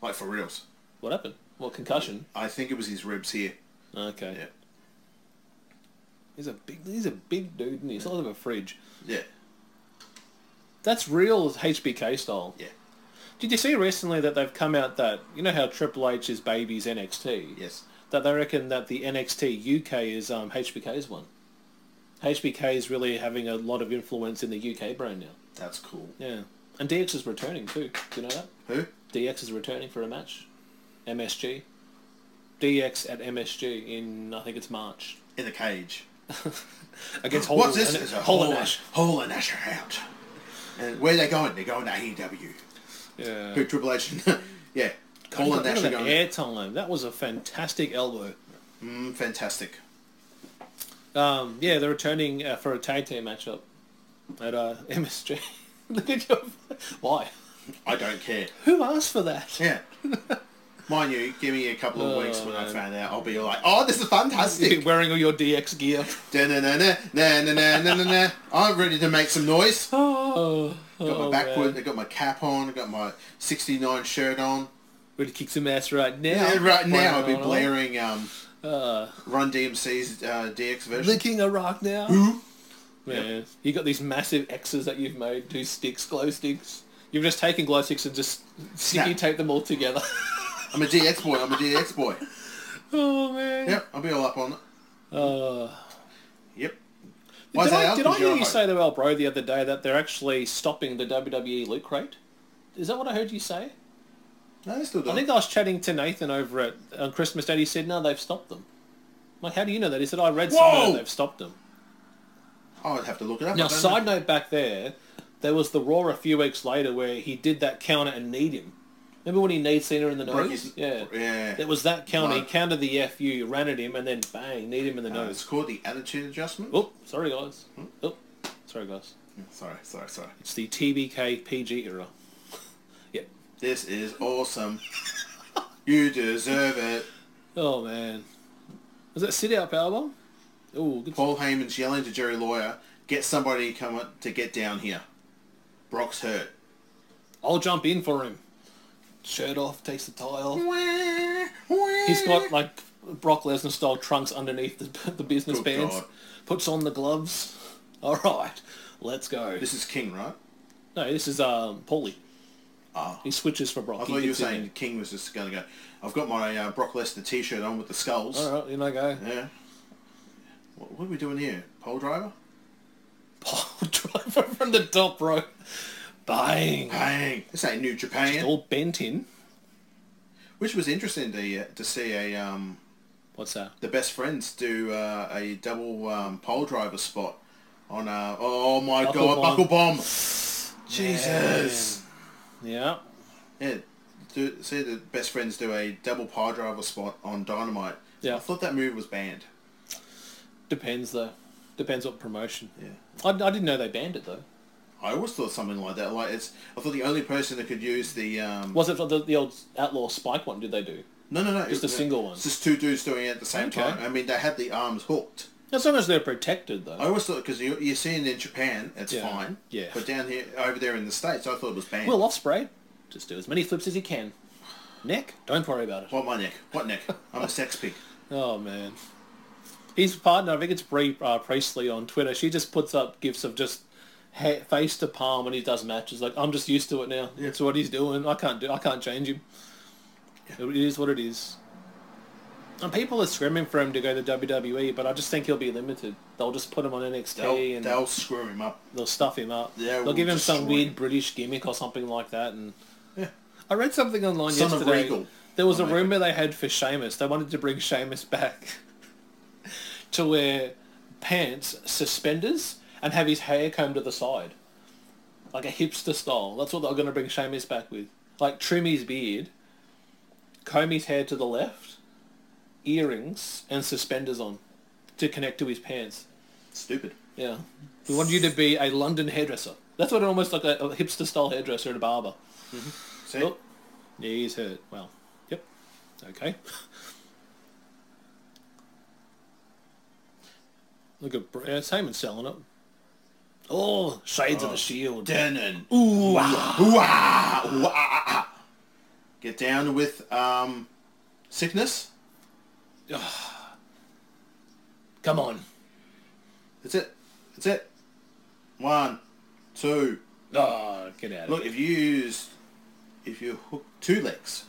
Like for reals. What happened? What concussion? I think it was his ribs here. Okay. Yeah. He's a big. He's a big dude, and he's not of a fridge. Yeah. That's real HBK style. Yeah. Did you see recently that they've come out that you know how Triple H is Baby's NXT? Yes. That they reckon that the NXT UK is um, HBK's one. HBK is really having a lot of influence in the UK brand now. That's cool. Yeah, and DX is returning too. Do you know that Who? DX is returning for a match? MSG. DX at MSG in I think it's March In a cage. *gasps* against Hall, What's this? It's a Hall and Hall Nash. Hall and Nash are out. And where are they going? They're going to AEW. Yeah. Who Triple H? *laughs* yeah. Hall and Look Nash are at that going. airtime. That was a fantastic elbow. Mm, fantastic. Um, yeah, they're returning uh, for a tag team matchup at uh, *laughs* MSG. Look at your... *laughs* Why? I don't *laughs* care. Who asked for that? *laughs* Yeah. Mind you, give me a couple of weeks when I man. find out. I'll be like, oh, this is *laughs* You've fantastic. been wearing all your DX gear. Da-na-na-na, na-na-na-na-na-na. I'm ready to make some noise. Got *laughs* Oh, my backwood. I got my cap on. I got my '69 shirt on. We're to kick some ass right now. Yeah, right now, I'll Right be on. blaring um, Run DMC's uh, DX version. The king of rock now. Who? Yeah. You got these massive X's that you've made, two sticks, glow sticks. You've just taken glow sticks and just *laughs* sticky Snap. taped them *laughs* all together. *laughs* I'm a DX boy. I'm a DX boy. *laughs* oh man. Yep, I'll be all up on it. Uh, Yep. Why did is that I, out? did 'Cause I you're hear a you hoe. say to El Bro the other day that they're actually stopping the WWE loot crate? Is that what I heard you say? No, they still do. I think I was chatting to Nathan over at on Christmas Day. He said, "No, they've stopped them." I'm like, how do you know that? He said, "I read somewhere Whoa! that they've stopped them." I would have to look it up. Now, I don't side know. note back there, there was the Raw a few weeks later where he did that counter and kneed him. Remember when he kneed Cena in the Broke nose? his- Yeah. yeah. It was that counter. He Right. countered the FU, ran at him, and then bang, kneed him in the Uh, nose. it's called the attitude adjustment. Oh, sorry guys. Hmm? Oh, sorry guys. Sorry, sorry, sorry. It's the TBK PG era. *laughs* yep. This is awesome. *laughs* you deserve it. Oh man. Was that sit out powerbomb? Oh, good. Paul Heyman's yelling to Jerry Lawyer, get somebody to come up to get down here. Brock's hurt. I'll jump in for him. Shirt off, takes the tie off. He's got like Brock Lesnar style trunks underneath the, the business Good pants. God. Puts on the gloves. All right, let's go. This is King, right? no, this is um Paulie. Ah. He switches for Brock. I He thought you were gets in saying King was just going to go, I've got my uh, Brock Lesnar t-shirt on with the skulls. there. All right, in I *laughs* go. Yeah. What, what are we doing here? Pole driver? Pole driver from the top row. Bang. Bang! This ain't New Japan. All bent in. Which was interesting to, uh, to see a um, What's that? the best friends do uh, a double um, pole driver spot on a oh my Buckle god bomb. buckle bomb jesus Yeah. yeah do, see the best friends do a double pole driver spot on dynamite Yeah. i thought that move was banned Depends though. Depends what promotion. yeah I, I didn't know they banned it though. i always thought something like that like it's i thought the only person that could use the um Was it for the, the old Outlaw Spike one? Did they do? no no no Just it- a single one? it's just two dudes doing it at the same Okay. time i mean they had the arms hooked As long as they're protected, I though. always thought because you, you're seeing in Japan, it's Yeah. fine. Yeah. But down here, over there in the states, I thought it was banned. Will Osprey, just do as many flips as you can. Nick, don't worry about it. What my neck? What neck? I'm a sex *laughs* pig. Oh man, his partner, I think it's Bree uh, Priestley on Twitter. She just puts up gifs of just ha- face to palm when he does matches. Like I'm just used to it now. It's what he's doing. I can't do. I can't change him. It is what it is. And people are screaming for him to go to WWE, but I just think he'll be limited. They'll just put him on NXT They'll, and they'll screw him up. they'll stuff him up. Yeah, they'll we'll give him some destroy weird him. British gimmick or something like that. And I read something online Son of yesterday. Regal. There was Oh, a maybe. rumor they had for Sheamus. They wanted to bring Sheamus back *laughs* to wear pants, suspenders, and have his hair combed to the side, like a hipster style. That's what they're going to bring Sheamus back with. Like trim his beard, comb his hair to the left, earrings, and suspenders on to connect to his pants. Stupid. Yeah. We want you to be a London hairdresser. That's what it almost like a, a hipster style hairdresser and a barber. Mm-hmm. See? Oh. Knees hurt. Well, yep. Okay. *laughs* Look at Br- uh, Simon's selling it. Oh, Shades of the Shield. Denon. Ooh. Wah, ooh, ah, ooh, ah, ah, ah. Get down with um, sickness. Come on. That's it. That's it. One, two. Oh, get out of Look, if you used, if you hooked two legs,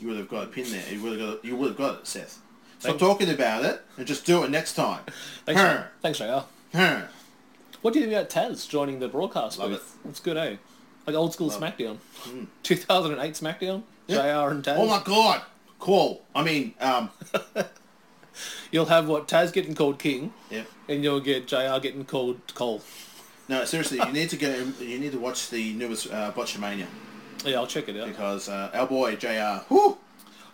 you would have got a pin there. You would have got. You would have got it, Seth. Stop Thank- talking about it and just do it next time. *laughs* Thanks, Huh. thanks, Shaya. Huh. What do you think about Taz joining the broadcast Love booth? It's good, eh? Like old school SmackDown. 2008 SmackDown. JR and Taz. Oh Mm. my God. Call. I mean, um, You'll have what Taz getting called King, yeah. and you'll get JR getting called Cole. No, seriously, you need to go. You need to watch the newest uh, Botchamania Yeah, I'll check it out. because uh, our boy Jr. Whew,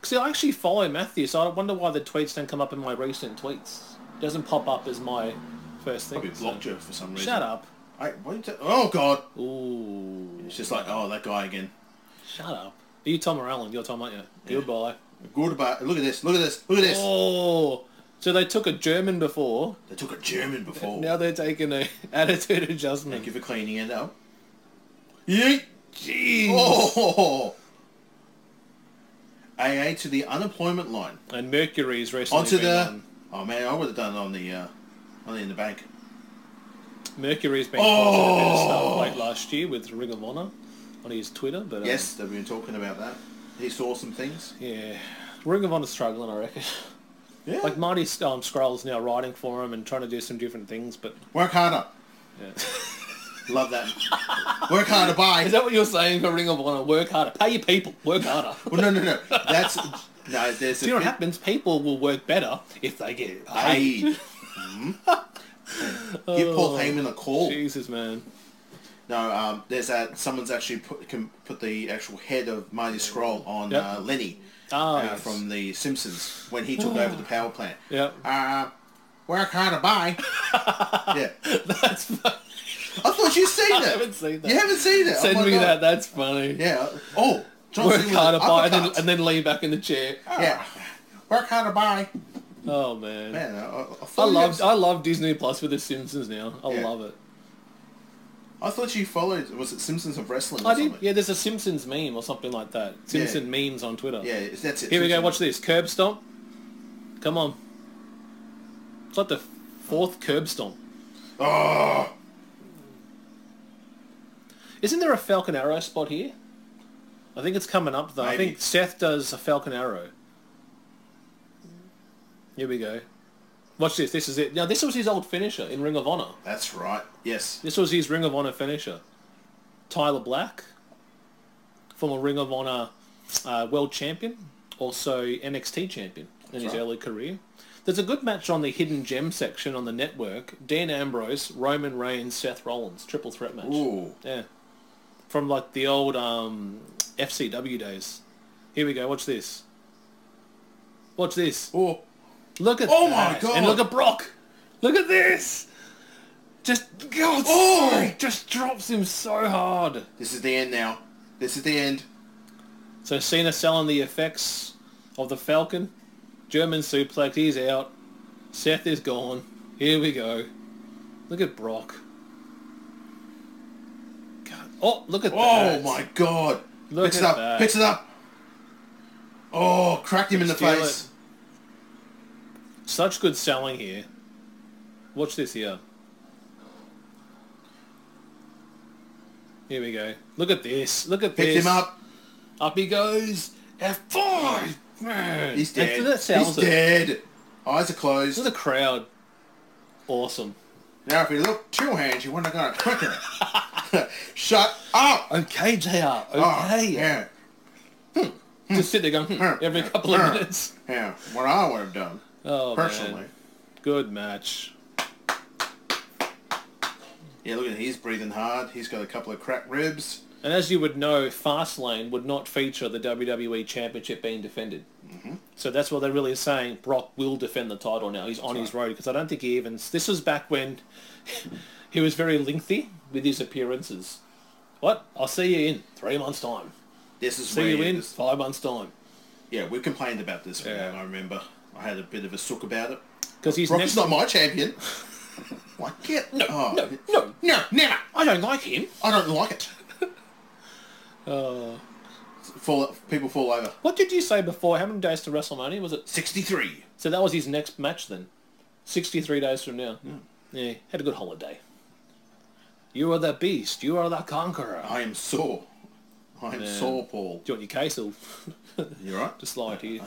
See, I actually follow Matthew, so I wonder why the tweets don't come up in my recent tweets. It doesn't pop up as my first thing. probably so- blocked you for some reason. Shut up. I, what you ta- oh God! Ooh. It's just like oh that guy again. Shut up. Are you Tom or Alan? You're Tom, aren't you? Goodbye. Goodbye. Look at this. Look at this. Look at this. Oh. So they took a German before. They took a German before. Now they're taking a *laughs* attitude Oh. Thank adjustment. you for cleaning it up. Yeet. Jeez. Hmm. *laughs* Oh. AA to the unemployment line. And Mercury's recently Onto been um, the. on. Oh. Oh man, I would have done it on the uh, on the in the bank. Mercury's been posting a bit of stuff late last year with Ring of Honor on his Twitter, but um, Yes, that we were talking about that. He saw some things. yeah, Ring of Honor's struggling, I reckon. Yeah. Like Marty um, Scroll's now writing for him and trying to do some different things, but Work harder. yeah. *laughs* Love that. Work harder. Bye. *laughs* is that what you're saying for Ring of Honor? Work harder, pay your people, work *laughs* harder. well, Oh, no, no, no. That's no. There's See what happens? People will work better if they get paid. paid. Give Hmm? Oh, Paul Heyman a call. Jesus, man. No, um, there's that. Someone's actually put can put the actual head of Marty Scroll on Yep. uh, Lenny Oh, uh, yes. from the Simpsons when he took *sighs* over the power plant. Yep. Uh, work harder. Bye. yeah. *laughs* That's funny. I thought you'd seen I it. haven't seen that. You haven't seen it. Oh Send my me God. that. That's funny. Yeah. Oh, John Work Cena harder, with buy, and then, uppercuts. and then lean back in the chair. yeah. Work harder. Bye. Oh man, Man, I, I, I thought you love had- I love Disney Plus with The Simpsons now. I Yeah. love it. I thought you followed. Was it Simpsons of Wrestling? Or I did. Something? Yeah, there's a Simpsons meme or something like that. Simpson memes on Twitter. Yeah, that's it. Here we go. Simpsons. Watch this. Curb stomp. Come on. It's like the fourth curb stomp. Oh, Isn't there a Falcon Arrow spot here? I think it's coming up though. I Maybe. think Seth does a Falcon Arrow. Here we go. Watch this. This is it. Now this was his old finisher in Ring of Honor. that's right. Yes. This was his Ring of Honor finisher. Tyler Black, former Ring of Honor uh, world champion, also NXT champion in his right. early career. There's a good match on the Hidden Gem section on the network. Dan Ambrose, Roman Reigns, Seth Rollins, triple threat match. Ooh. Yeah. From like the old um, FCW days. Here we go. Watch this. Watch this. Oh. Look at Oh my that. God. And look at Brock. Look at this. Just God, Oh. sorry, just drops him so hard. This is the end now. This is the end. So Cena selling the effects of the Falcon. German suplex. He's out. Seth is gone. Here we go. Look at Brock. God. Oh, look at Oh that. my God. Look picks at it up. that. Picks it up. Oh, cracked him in the Steal face. Such good selling here. Watch this here. Here we go. Look at this. Look at Picked this. him up. Up he goes. F5! Man. He's And dead. that sells He's it. dead. Eyes are Look closed. at the crowd. Awesome. Now, if you look two hands, you wouldn't have got it quicker. *laughs* Shut up. Okay, JR. Okay. Oh, yeah. Just sit there going, hmm, every couple of minutes. Yeah. What I would have done, Oh, personally. man. Good match. Yeah, look at him. He's breathing hard. He's got a couple of cracked ribs. And as you would know, Fastlane would not feature the WWE Championship being defended. Mm-hmm. So that's what they're really saying. Brock will defend the title now. He's on his road because I don't think he even. This was back when *laughs* he was very lengthy with his appearances. What? I'll see you in three months' time. This is See where you in this- five months' time. Yeah, we complained about this one, Yeah. I remember. I had a bit of a sook about it. Because he's Brock's next. not oh. my champion. like it? No, no, no, no, never. I don't like him. I don't like *laughs* it. Oh. fall, people fall over. What did you say before? How many days to WrestleMania was it? 63. So that was his next match then. 63 days from now. Hmm. Yeah, had a good holiday. You are the beast. You are the conqueror. I am sore. I am sore, Paul. Do you want your case *laughs* or You right? Uh, just slide here?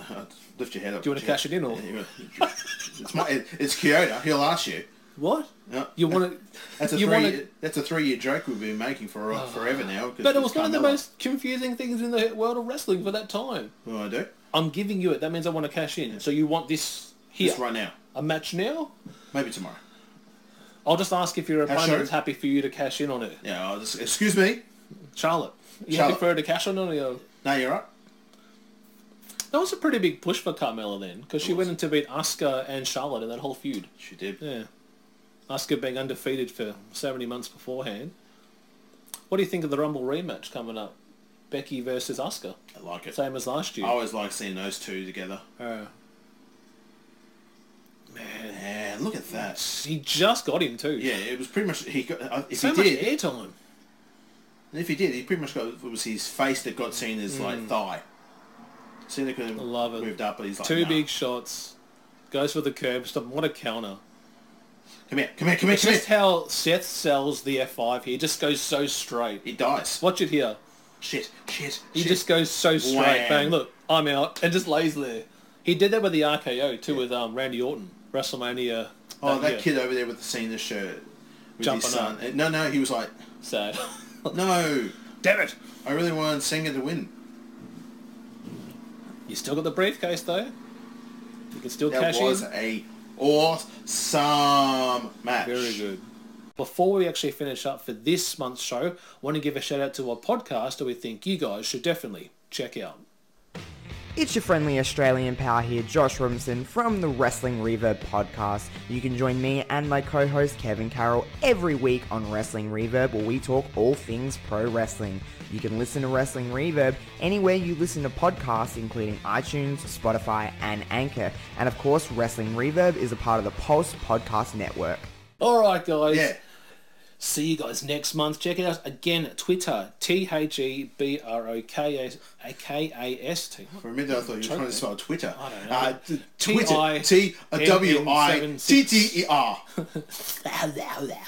Lift your head up. Do you want to cash it in or *laughs* It's, my, it- it's Kyoto. He'll ask you. what? Yeah. You *laughs* want to? That's a you three. wanna- That's a three-year joke we've been making for uh, *sighs* forever now. 'cause But it it's was one of the Carmella. most confusing things in the world of wrestling for that time. What do I do? I'm giving you it. That means I want to cash in. So you want this here? Just right now. A match now? Maybe tomorrow. I'll just ask if your Cash opponent is out. happy for you to cash in on it. Yeah. I'll just, excuse me. Charlotte, you Charlotte. happy for her to cash in on it? Or... No, you're right. That was a pretty big push for Carmella then, because she went in to beat Asuka and Charlotte in that whole feud. She did. Yeah. Asuka being undefeated for so many months beforehand. What do you think of the Rumble rematch coming up? Becky versus Asuka. I like it. Same as last year. I always like seeing those two together. Uh, Man, look at that. he just got him too. Yeah, it was pretty much he got. uh, If So he much did, airtime. and if he did, he pretty much got. It was his face that got seen as like thigh. Cena could have Mm. Love it. moved up, but he's like Two nah. big shots. Goes for the curb stop. What a counter. Come here, come here, come here, It's come here. just how Seth sells the F5 here. It just goes so straight. He dies. Watch it here. Shit, shit, He shit. just goes so straight. Wham. Bang, look, I'm out. And just lays there. He did that with the RKO too with um, Randy Orton. WrestleMania. Oh, that year. kid over there with the Cena shirt. With Jumping his son. No, no, he was like, Sad. *laughs* no, Damn it. I really wanted Cena to win. You still got the briefcase though. You can still That cash was in. a awesome match. Very good. Before we actually finish up for this month's show, I want to give a shout out to a podcast that we think you guys should definitely check out. It's your friendly Australian power here, Josh Robinson from the Wrestling Reverb podcast. You can join me and my co host Kevin Carroll every week on Wrestling Reverb where we talk all things pro wrestling. You can listen to Wrestling Reverb anywhere you listen to podcasts, including iTunes, Spotify, and Anchor. And of course, Wrestling Reverb is a part of the Pulse Podcast Network. All right, guys. Yeah. See you guys next month. Check it out again. Twitter T H E B R O K A K A S *laughs* T. For a minute, I thought you were trying to Chocolate. spell Twitter. I don't know. Uh, t- T-I- Twitter. T W I T T E R.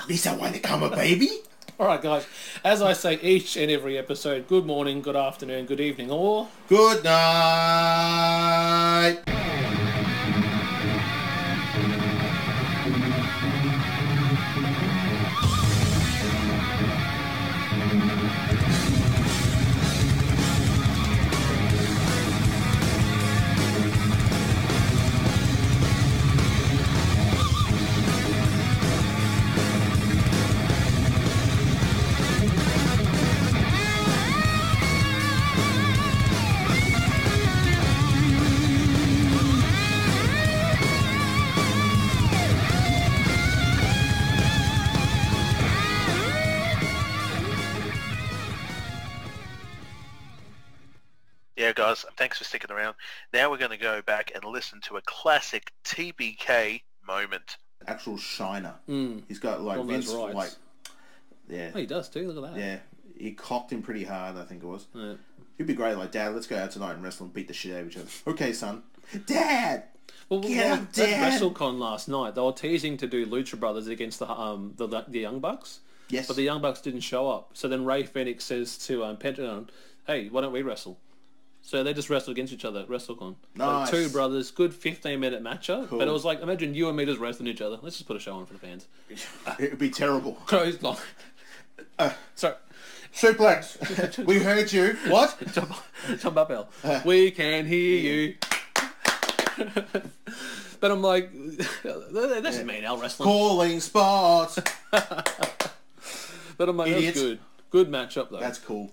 Lisa, want to come a baby? All right, guys. As I say each and every episode, good morning, good afternoon, good evening, or Good night. Yeah, guys, thanks for sticking around. Now we're going to go back and listen to a classic TBK moment. Actual shiner. He's got like Hmm. One of those Vince, rights. like yeah, Oh, he does too. Look at that. yeah. He cocked him pretty hard. I think it was. Yeah. He'd be great. Like Dad, let's go out tonight and wrestle and beat the shit out of each other. Okay, son. Dad. Well, well, Get well, up, that Dad. WrestleCon last night, they were teasing to do Lucha Brothers against the um the, the Young Bucks, Yes. but the Young Bucks didn't show up. So then Ray Phoenix says to um, Pentagon, "Hey, why don't we wrestle?" So they just wrestled against each other at WrestleCon. Nice. So two brothers, good 15 minute matchup. Cool. But it was like, imagine you and me just wrestling each other. Let's just put a show on for the fans. *laughs* uh, It'd be terrible. Clothesline. Uh. Sorry. Suplex. *laughs* we heard you. What? Jump, jump up, Al. we can hear you. *laughs* but I'm like, *laughs* that doesn't mean Al wrestling. Calling spots. But I'm like, that's Idiots. good. Good matchup though. That's cool.